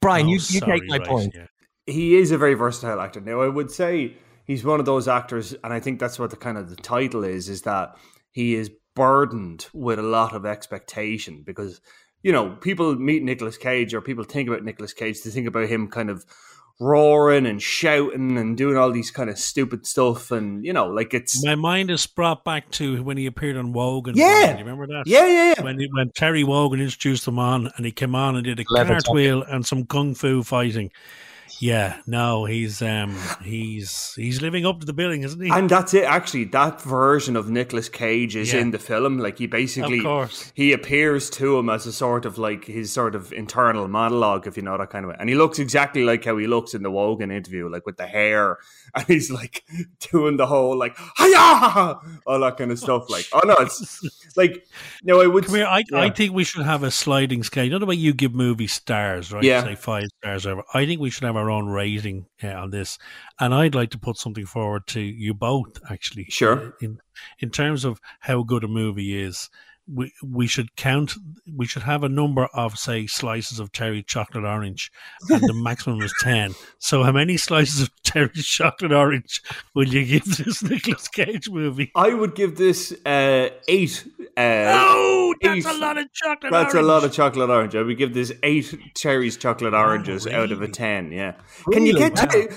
[SPEAKER 4] Brian,
[SPEAKER 3] Oh,
[SPEAKER 4] you, you
[SPEAKER 3] sorry,
[SPEAKER 4] take my
[SPEAKER 3] right,
[SPEAKER 4] point.
[SPEAKER 3] yeah.
[SPEAKER 8] he is a very versatile actor. Now, I would say he's one of those actors, and I think that's what the kind of the title is: is that he is burdened with a lot of expectation because you know people meet Nicolas Cage or people think about Nicolas Cage to think about him kind of roaring and shouting and doing all these kind of stupid stuff, and you know, like it's
[SPEAKER 3] My mind is brought back to when he appeared on Wogan. Do
[SPEAKER 8] Yeah.
[SPEAKER 3] you remember that?
[SPEAKER 8] yeah, yeah, yeah.
[SPEAKER 3] When, he, when Terry Wogan introduced him on and he came on and did a
[SPEAKER 4] Leather
[SPEAKER 3] cartwheel and some kung fu fighting. Yeah, no, he's um he's he's living up to the billing, isn't he?
[SPEAKER 8] And that's it. Actually, that version of Nicolas Cage is
[SPEAKER 3] Yeah.
[SPEAKER 8] in the film. Like he basically,
[SPEAKER 3] Of course.
[SPEAKER 8] he appears to him as a sort of like his sort of internal monologue, if you know that kind of way. And he looks exactly like how he looks in the Wogan interview, like with the hair, and he's like doing the whole like hiya, all that kind of stuff. Like, oh no, it's like no, I would
[SPEAKER 3] Come here. I, I
[SPEAKER 8] yeah.
[SPEAKER 3] think we should have a sliding scale. You know the way you give movies stars, right?
[SPEAKER 8] Yeah.
[SPEAKER 3] Say five stars. Over. I think we should have our own rating uh, on this, and I'd like to put something forward to you both. Actually,
[SPEAKER 8] Sure.
[SPEAKER 3] Uh, In in terms of how good a movie is, we we should count. We should have a number of say slices of cherry chocolate orange, and the maximum is ten. So how many slices of cherry chocolate orange will you give this Nicolas Cage movie?
[SPEAKER 8] I would give this uh, eight. Uh,
[SPEAKER 3] Oh, that's a
[SPEAKER 8] Eight.
[SPEAKER 3] lot of chocolate.
[SPEAKER 8] That's a
[SPEAKER 3] orange.
[SPEAKER 8] lot of chocolate orange. I would give this eight cherries chocolate oranges out of a
[SPEAKER 3] really?
[SPEAKER 8] ten. Yeah. Can you
[SPEAKER 4] Really?
[SPEAKER 8] get te-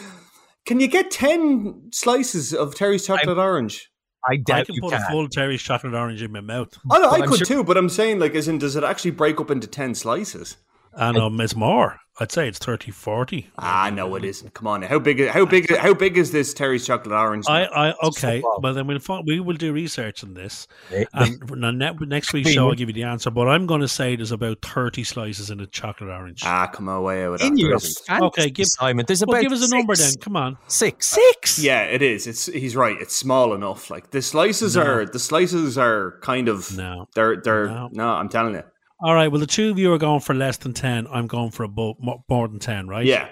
[SPEAKER 8] Can you get ten slices of cherries chocolate orange?
[SPEAKER 4] I
[SPEAKER 3] I
[SPEAKER 4] doubt
[SPEAKER 3] can
[SPEAKER 4] you
[SPEAKER 3] put
[SPEAKER 4] can.
[SPEAKER 3] a full Terry's chocolate orange in my mouth.
[SPEAKER 8] Oh no, I
[SPEAKER 4] I'm
[SPEAKER 8] could
[SPEAKER 4] sure-
[SPEAKER 8] too, but I'm saying like, as in, does it actually break up into ten slices?
[SPEAKER 3] And um, it's more. I'd say it's 30, 40.
[SPEAKER 8] Ah, no, it isn't. Come on, how big? How big? How big is this Terry's chocolate orange?
[SPEAKER 3] I, I okay. Well, then we'll find, we will do research on this,
[SPEAKER 4] Eh.
[SPEAKER 3] and for the ne- next week's show I'll give you the answer. But I'm going to say there's about thirty slices in a chocolate orange.
[SPEAKER 8] ah, come away with that.
[SPEAKER 4] In
[SPEAKER 8] there
[SPEAKER 4] your
[SPEAKER 8] isn't.
[SPEAKER 4] okay,
[SPEAKER 3] Okay,
[SPEAKER 4] give
[SPEAKER 3] give-
[SPEAKER 4] Simon. There's about
[SPEAKER 3] well, give us a number then.
[SPEAKER 4] six-
[SPEAKER 3] Come on.
[SPEAKER 4] Six. Six.
[SPEAKER 8] Yeah, it is. It's he's right. It's small enough. Like the slices are the slices are kind of
[SPEAKER 3] No.
[SPEAKER 8] They're they're
[SPEAKER 3] No.
[SPEAKER 8] no. I'm telling you.
[SPEAKER 3] All right. Well, the two of you are going for less than ten. I'm going for above mo- more than ten. Right.
[SPEAKER 8] Yeah,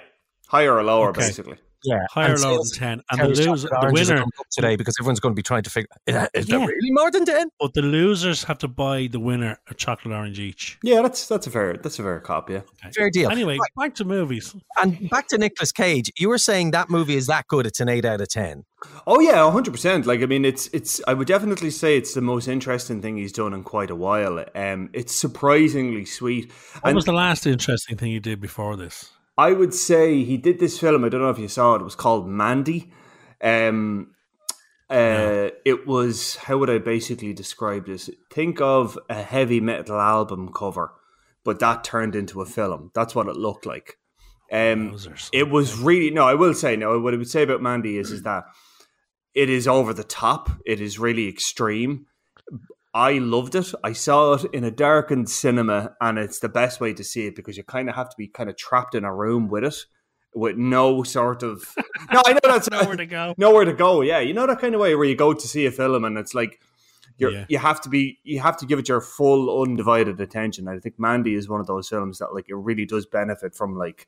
[SPEAKER 8] higher or lower,
[SPEAKER 3] Okay.
[SPEAKER 8] basically.
[SPEAKER 4] Yeah.
[SPEAKER 3] Higher or
[SPEAKER 4] And
[SPEAKER 3] lower than
[SPEAKER 4] six
[SPEAKER 3] ten, and
[SPEAKER 4] Terry's
[SPEAKER 3] the loser,
[SPEAKER 4] chocolate
[SPEAKER 3] the
[SPEAKER 4] oranges are
[SPEAKER 3] winner.
[SPEAKER 4] coming up today because everyone's going to be trying to figure. Is, that- is
[SPEAKER 3] Yeah.
[SPEAKER 4] there really more than ten?
[SPEAKER 3] But the losers have to buy the winner a chocolate orange each.
[SPEAKER 8] Yeah, that's that's a fair that's a fair cop. Yeah,
[SPEAKER 4] Fair deal.
[SPEAKER 3] Anyway,
[SPEAKER 4] Right,
[SPEAKER 3] back to movies.
[SPEAKER 4] and back to Nicolas Cage. You were saying that movie is that good. It's an eight out of ten.
[SPEAKER 8] Oh yeah, hundred percent. Like I mean, it's it's. I would definitely say it's the most interesting thing he's done in quite a while. Um, it's surprisingly sweet.
[SPEAKER 3] What
[SPEAKER 8] And
[SPEAKER 3] was the last interesting thing you did before this?
[SPEAKER 8] I would say he did this film. I don't know if you saw it. It was called Mandy. Um, uh, It was how would I basically describe this? Think of a heavy metal album cover, but that turned into a film. That's what it looked like.
[SPEAKER 4] Mm.
[SPEAKER 8] Um,
[SPEAKER 3] Losers.
[SPEAKER 8] it was really no. I will say no. What I would say about Mandy is is that it is over the top. It is really extreme. I loved it. I saw it in a darkened cinema, and it's the best way to see it because you kind of have to be kind of trapped in a room with it, with no sort of. No, I know that's
[SPEAKER 3] Nowhere to go.
[SPEAKER 8] nowhere to go. Yeah, you know that kind of way where you go to see a film and it's like you
[SPEAKER 3] Yeah.
[SPEAKER 8] are you have to be you have to give it your full undivided attention. I think Mandy is one of those films that like it really does benefit from like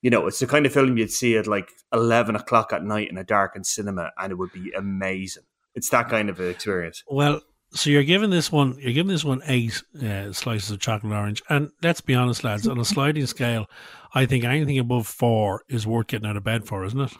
[SPEAKER 8] you know it's the kind of film you'd see at like eleven o'clock at night in a darkened cinema and it would be amazing. It's that kind of an experience.
[SPEAKER 3] Well, so you're giving this one, you're giving this one eight uh, slices of chocolate orange, and let's be honest, lads, on a sliding scale, I think anything above four is worth getting out of bed for, isn't it?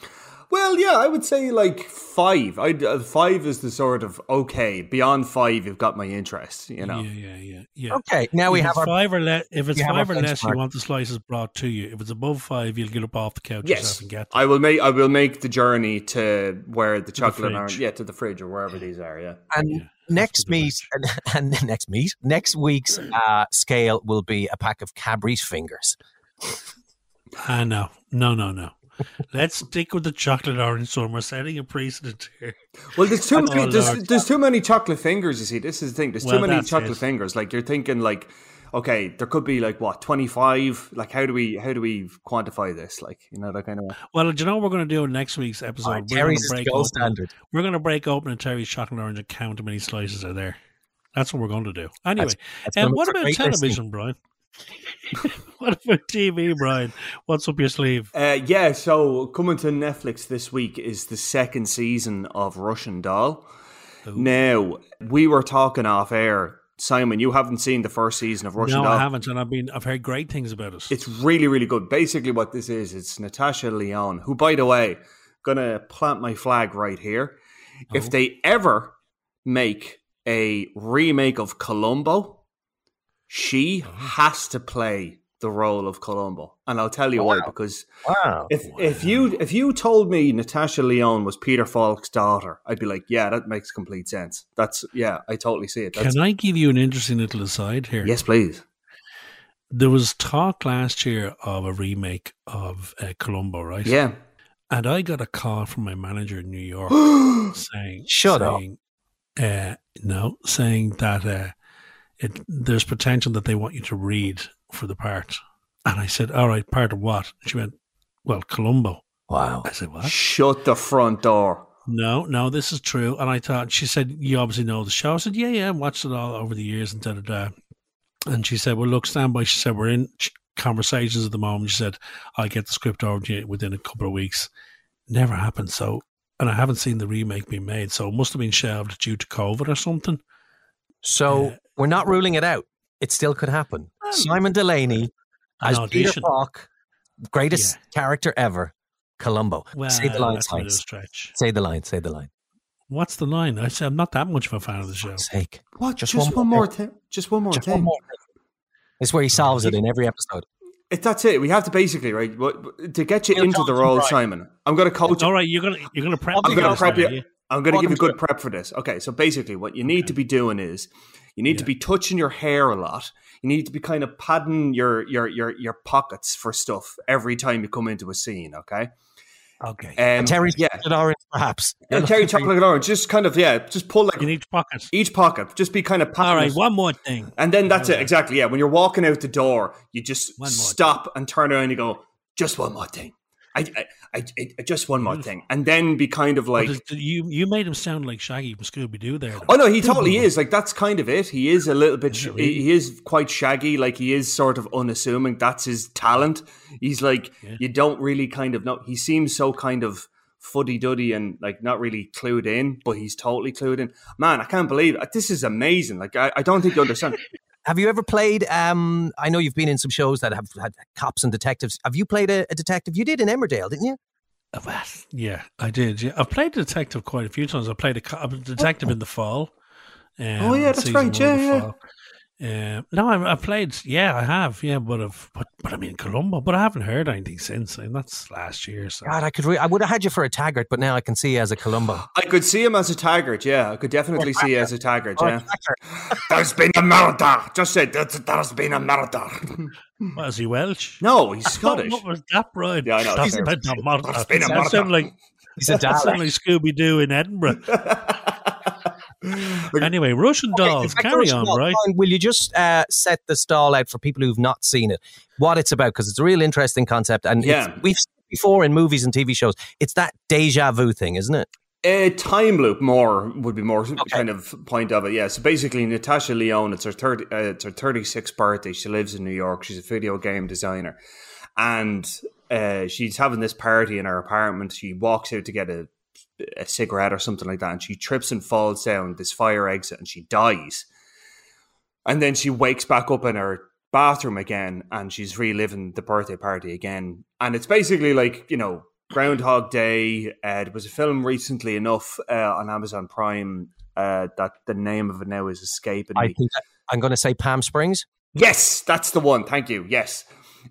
[SPEAKER 8] Well, yeah, I would say like five. I uh, five is the sort of okay. Beyond five, you've got my interest. You know.
[SPEAKER 3] Yeah, yeah, yeah, yeah.
[SPEAKER 4] Okay. Now we
[SPEAKER 3] if
[SPEAKER 4] have
[SPEAKER 3] it's
[SPEAKER 4] our
[SPEAKER 3] five or less. If it's
[SPEAKER 4] we have our
[SPEAKER 3] five or less,
[SPEAKER 4] benchmark.
[SPEAKER 3] you want the slices brought to you. If it's above five, you'll get up off the couch yourself
[SPEAKER 8] Yes,
[SPEAKER 3] and get. Them.
[SPEAKER 8] I will make I will make the journey to where the chocolate
[SPEAKER 3] fridge.
[SPEAKER 8] orange, yeah, to the fridge or wherever these are. Yeah,
[SPEAKER 4] and
[SPEAKER 3] Yeah,
[SPEAKER 4] next
[SPEAKER 3] what they
[SPEAKER 4] meet and, and next meet next week's uh, scale will be a pack of Cadbury's fingers.
[SPEAKER 3] Ah, no, no, no, no. Let's stick with the chocolate orange one. We're setting a precedent here.
[SPEAKER 8] well, there's too many.
[SPEAKER 3] Oh,
[SPEAKER 8] There's,
[SPEAKER 3] Lord.
[SPEAKER 8] there's too many chocolate fingers. You see, this is the thing. There's
[SPEAKER 3] Well,
[SPEAKER 8] too many
[SPEAKER 3] that's
[SPEAKER 8] chocolate
[SPEAKER 3] it.
[SPEAKER 8] fingers. Like you're thinking, like, okay, there could be like what twenty five. Like, how do we how do we quantify this? Like, you know, that kind of.
[SPEAKER 3] Well, do you know what we're going to do in next week's episode?
[SPEAKER 4] Our
[SPEAKER 3] Oh, we're going
[SPEAKER 4] Oh, Terry's
[SPEAKER 3] to
[SPEAKER 4] is the
[SPEAKER 3] break
[SPEAKER 4] gold
[SPEAKER 3] open-
[SPEAKER 4] standard.
[SPEAKER 3] We're going to break open a Terry's chocolate orange and count how many slices are there. That's what we're going to do. Anyway,
[SPEAKER 4] that's
[SPEAKER 3] and
[SPEAKER 4] gonna
[SPEAKER 3] what
[SPEAKER 4] be
[SPEAKER 3] about
[SPEAKER 4] great
[SPEAKER 3] television, Brian? what about TV, Brian? What's up your sleeve?
[SPEAKER 8] Uh, yeah, so coming to Netflix this week is the second season of Russian Doll. Now, we were talking off air Simon, you haven't seen the first season of Russian
[SPEAKER 3] no,
[SPEAKER 8] Doll.
[SPEAKER 3] I haven't, and I've been I've heard great things about it.
[SPEAKER 8] It's really, really good. Basically, what this is, it's Natasha Leon, who, by the way, gonna plant my flag right here. If they ever make a remake of Columbo, she has to play the role of Columbo, and I'll tell you why. Because
[SPEAKER 4] Wow.
[SPEAKER 8] if if you if you told me Natasha Leon was Peter Falk's daughter, I'd be like, yeah, that makes complete sense. That's yeah, I totally see it. That's,
[SPEAKER 3] Can I give you an interesting little aside here?
[SPEAKER 8] yes, please.
[SPEAKER 3] There was talk last year of a remake of uh, Columbo, right?
[SPEAKER 8] Yeah,
[SPEAKER 3] And I got a call from my manager in New York saying,
[SPEAKER 4] Shut up.
[SPEAKER 3] saying, Uh, no, saying that uh, it, there's potential that they want you to read for the part. And I said, all right, part of what? She went, well, Columbo.
[SPEAKER 4] Wow.
[SPEAKER 3] I said, what?
[SPEAKER 8] shut the front door.
[SPEAKER 3] No, no, this is true. And I thought she said, You obviously know the show. I said, Yeah, yeah, I watched it all over the years and da da da. And she said, Well, look, stand by. She said, We're in ch- conversations at the moment. She said, I'll get the script over to you within a couple of weeks. Never happened. So, and I haven't seen the remake being made. So it must have been shelved due to COVID or something.
[SPEAKER 4] So
[SPEAKER 3] Yeah.
[SPEAKER 4] we're not ruling it out. It still could happen. Simon Delaney as
[SPEAKER 3] An
[SPEAKER 4] Peter
[SPEAKER 3] audition.
[SPEAKER 4] Falk, greatest character ever, Columbo. say the line,
[SPEAKER 3] that's a bit of a
[SPEAKER 4] Sykes.
[SPEAKER 3] stretch.
[SPEAKER 4] Say the line. Say the line.
[SPEAKER 3] What's the line? I said, I'm not that much of a fan of the show.
[SPEAKER 4] Sake.
[SPEAKER 8] What?
[SPEAKER 4] Just
[SPEAKER 8] Just,
[SPEAKER 4] one
[SPEAKER 8] one,
[SPEAKER 4] more
[SPEAKER 8] more thing. Just one more
[SPEAKER 4] Just
[SPEAKER 8] thing.
[SPEAKER 4] one more thing. It's where he solves it in every episode.
[SPEAKER 8] It, that's it. We have to basically right what- what- to get you into the role, Simon. I'm going to coach.
[SPEAKER 3] All right, you're gonna you're gonna prep.
[SPEAKER 8] I'm
[SPEAKER 3] me
[SPEAKER 8] going to
[SPEAKER 3] this
[SPEAKER 8] prep
[SPEAKER 3] now,
[SPEAKER 8] you.
[SPEAKER 3] yeah?
[SPEAKER 8] I'm going to give you good prep for this. Okay, so basically, what you need to be doing is you need to be touching your hair a lot. You need to be kind of padding your your your your pockets for stuff every time you come into a scene. Okay.
[SPEAKER 3] Okay.
[SPEAKER 8] Um,
[SPEAKER 4] And Terry
[SPEAKER 8] yeah.
[SPEAKER 4] Orange, perhaps.
[SPEAKER 8] And Terry chocolate orange, just kind of yeah, just pull like
[SPEAKER 3] You need to pocket.
[SPEAKER 8] each pocket, just be kind of patting
[SPEAKER 3] All
[SPEAKER 8] it.
[SPEAKER 3] right, one more thing.
[SPEAKER 8] And then that's it, exactly. Yeah, when you're walking out the door, you just
[SPEAKER 3] One more
[SPEAKER 8] stop and turn around and go, just one more thing. I, I, I, I just one more thing, and then be kind of like,
[SPEAKER 3] But it's- you you made him sound like Shaggy from Scooby Doo there. though.
[SPEAKER 8] oh no, he totally is. Like that's kind of it. He is a little bit. Sh- he he is quite shaggy. Like he is sort of unassuming. That's his talent. He's like you don't really kind of know. He seems so kind of fuddy duddy and like not really clued in, but he's totally clued in. Man, I can't believe this is amazing. Like I, I don't think you understand.
[SPEAKER 4] Have you ever played? Um, I know you've been in some shows that have had cops and detectives. Have you played a, a detective? You did in Emmerdale, didn't you?
[SPEAKER 3] Yeah, I did. Yeah, I've played detective quite a few times. I played a, co- a detective in the fall. Um,
[SPEAKER 8] Oh, yeah, that's
[SPEAKER 3] season
[SPEAKER 8] right,
[SPEAKER 3] one of
[SPEAKER 8] yeah,
[SPEAKER 3] the
[SPEAKER 8] yeah.
[SPEAKER 3] fall. Um, no, I, I played. Yeah, I have. Yeah, but I've but, but I mean Columbo. But I haven't heard anything since, and that's last year. So
[SPEAKER 4] God, I could. Re- I would have had you for a Taggart, but now I can see you as a Columbo.
[SPEAKER 8] I could see him as a Taggart, yeah. I could definitely see you as a Taggart, yeah. There's been a murder. Just said there's, there's been a murder.
[SPEAKER 3] was he Welsh?
[SPEAKER 8] No, he's
[SPEAKER 3] Oh,
[SPEAKER 8] Scottish.
[SPEAKER 3] What was that, Brian?
[SPEAKER 8] Yeah, I know,
[SPEAKER 3] That's
[SPEAKER 8] it's
[SPEAKER 3] been a murder.
[SPEAKER 8] That's been a
[SPEAKER 3] That sounded
[SPEAKER 8] murder.
[SPEAKER 3] like
[SPEAKER 4] He's a
[SPEAKER 3] that
[SPEAKER 4] Dalek.
[SPEAKER 3] sounded like Scooby Doo in Edinburgh. anyway, Russian dolls.
[SPEAKER 4] In fact,
[SPEAKER 3] Oh, Carry
[SPEAKER 4] Russian
[SPEAKER 3] on,
[SPEAKER 4] Doll,
[SPEAKER 3] right?
[SPEAKER 4] Brian, Will you just uh, set the stall out for people who've not seen it, what it's about? Because it's a real interesting concept, and it's-
[SPEAKER 8] Yeah.
[SPEAKER 4] we've seen it before in movies and TV shows. It's that deja vu thing, isn't it?
[SPEAKER 8] A time loop more would be more kind of point of it, yeah. So basically, Natasha Leone, it's her thirty, uh, it's her thirty sixth birthday. She lives in New York. She's a video game designer, and uh, she's having this party in her apartment. She walks out to get a, a cigarette or something like that, and she trips and falls down this fire exit, and she dies. And then she wakes back up in her bathroom again and she's reliving the birthday party again. And it's basically like, you know, Groundhog Day. Uh, there was a film recently enough uh, on Amazon Prime uh, that the name of it now is escaping
[SPEAKER 4] I
[SPEAKER 8] me.
[SPEAKER 4] think I'm going to say Palm Springs.
[SPEAKER 8] Yes, that's the one. Thank you. Yes.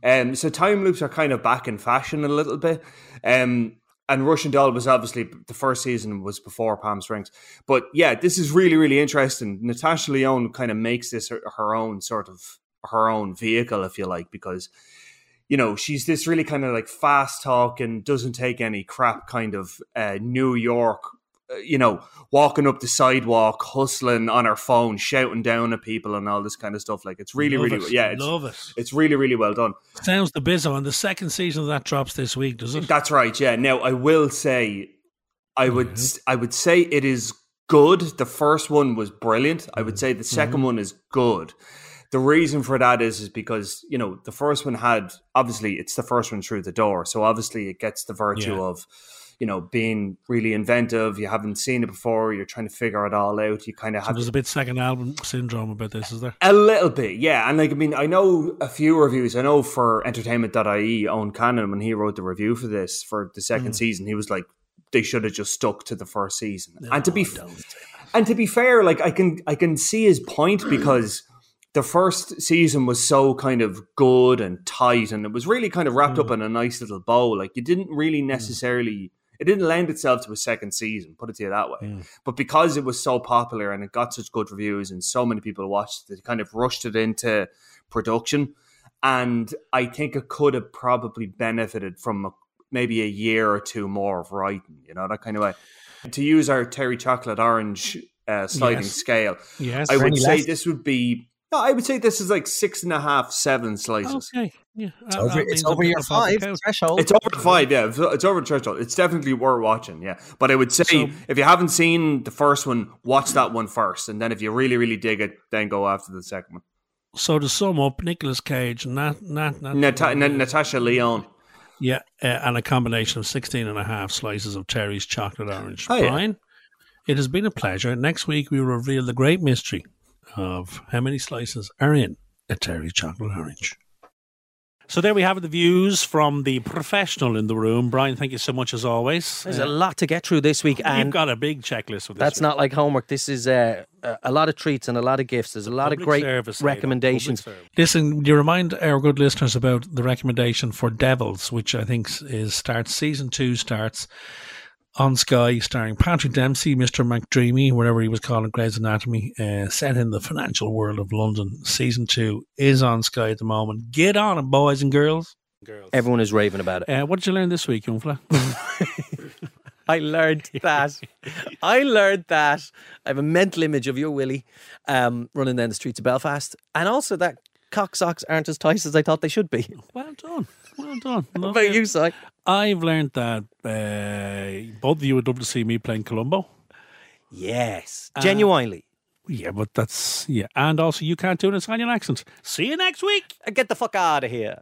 [SPEAKER 8] Um, so time loops are kind of back in fashion a little bit. Um, and Russian Doll was obviously the first season was before Palm Springs. But yeah, this is really, really interesting. Natasha Leone kind of makes this her, her own sort of her own vehicle, if you like, because you know she's this really kind of like fast talking, doesn't take any crap kind of uh, New York uh, you know, walking up the sidewalk, hustling on her phone, shouting down at people, and all this kind of stuff. Like it's really,
[SPEAKER 3] Love
[SPEAKER 8] really,
[SPEAKER 3] it.
[SPEAKER 8] yeah, it's,
[SPEAKER 3] love it.
[SPEAKER 8] it's really, really well done.
[SPEAKER 3] Sounds the bizzo, and the second season of that drops this week, does it?
[SPEAKER 8] That's right. Yeah. Now I will say, I would,
[SPEAKER 3] Mm-hmm.
[SPEAKER 8] I would say it is good. The first one was brilliant. I
[SPEAKER 3] Mm-hmm.
[SPEAKER 8] would say the 2nd one is good. The reason for that is, is because you know the first one had obviously it's the first one through the door, so obviously it gets the virtue
[SPEAKER 3] Yeah.
[SPEAKER 8] of you know, being really inventive. You haven't seen it before. You're trying to figure it all out. You kind of
[SPEAKER 3] So
[SPEAKER 8] have
[SPEAKER 3] there's a bit second album syndrome about this, is there?
[SPEAKER 8] a little bit, yeah. And like, I mean, I know a few reviews. I know for entertainment.ie, Owen Cannon, E, when he wrote the review for this, for the second
[SPEAKER 3] Mm.
[SPEAKER 8] season, he was like, they should have just stuck to the first season. and to be f- and to be fair, like I can I can see his point because the first season was so kind of good and tight and it was really kind of wrapped up in a nice little bow. Like you didn't really necessarily it didn't lend itself to a second season, put it to you that way. But because it was so popular and it got such good reviews and so many people watched it, they kind of rushed it into production. And I think it could have probably benefited from a, maybe a year or two more of writing, you know, that kind of way. To use our Terry Chocolate Orange uh, sliding
[SPEAKER 3] Yes.
[SPEAKER 8] scale,
[SPEAKER 3] Yes.
[SPEAKER 8] I would
[SPEAKER 4] Any
[SPEAKER 8] say
[SPEAKER 4] less?
[SPEAKER 8] this would be. No, I would say this is like six and a half, seven slices.
[SPEAKER 3] Okay. Yeah.
[SPEAKER 4] It's over, it's over your five threshold.
[SPEAKER 8] It's over five, yeah. It's it's over threshold. It's definitely worth watching, yeah. But I would say
[SPEAKER 3] So-
[SPEAKER 8] if you haven't seen the first one, watch that one first, and then if you really, really dig it, then go after the second one.
[SPEAKER 3] So to sum up, Nicolas Cage, not not not
[SPEAKER 8] Nata- N- Natasha Leon.
[SPEAKER 3] yeah, uh, and a combination of 16 and a half slices of Terry's chocolate orange.
[SPEAKER 8] Oh, yeah.
[SPEAKER 3] Brian, it has been a pleasure. Next week we will reveal the great mystery of how many slices are in a Terry's chocolate orange. So there we have it, the views from the professional in the room. Brian, thank you so much as always.
[SPEAKER 2] There's
[SPEAKER 3] Uh,
[SPEAKER 2] a lot to get through this week,
[SPEAKER 3] You've
[SPEAKER 2] and
[SPEAKER 3] got a big checklist with this.
[SPEAKER 2] that's
[SPEAKER 3] week.
[SPEAKER 2] not like homework. This is uh, a a lot of treats and a lot of gifts. There's a lot of
[SPEAKER 3] Public
[SPEAKER 2] great
[SPEAKER 3] service, Aidan.
[SPEAKER 2] recommendations.
[SPEAKER 3] Public service. Listen, you remind our good listeners about the recommendation for Devils, which I think is starts season two starts on Sky, starring Patrick Dempsey, Mr. McDreamy, whatever he was called in Grey's Anatomy, uh, set in the financial world of London. Season two is on Sky at the moment. Get on it, boys and girls.
[SPEAKER 2] Everyone is raving about it.
[SPEAKER 3] Uh, what did you learn this week, Youngfla?
[SPEAKER 2] I learned that. I learned that. I have a mental image of your Willie um, running down the streets of Belfast, and also that cock socks aren't as tight as I thought they should be.
[SPEAKER 3] well done. Well done.
[SPEAKER 2] What
[SPEAKER 3] Love
[SPEAKER 2] about
[SPEAKER 3] it.
[SPEAKER 2] you, Si?
[SPEAKER 3] I've learned that uh, both of you would love to see me playing Columbo.
[SPEAKER 2] Yes, genuinely.
[SPEAKER 3] Yeah, but that's yeah, and also you can't do an
[SPEAKER 2] Uh,
[SPEAKER 3] Italian accent. See you next week.
[SPEAKER 2] Get the fuck out of here.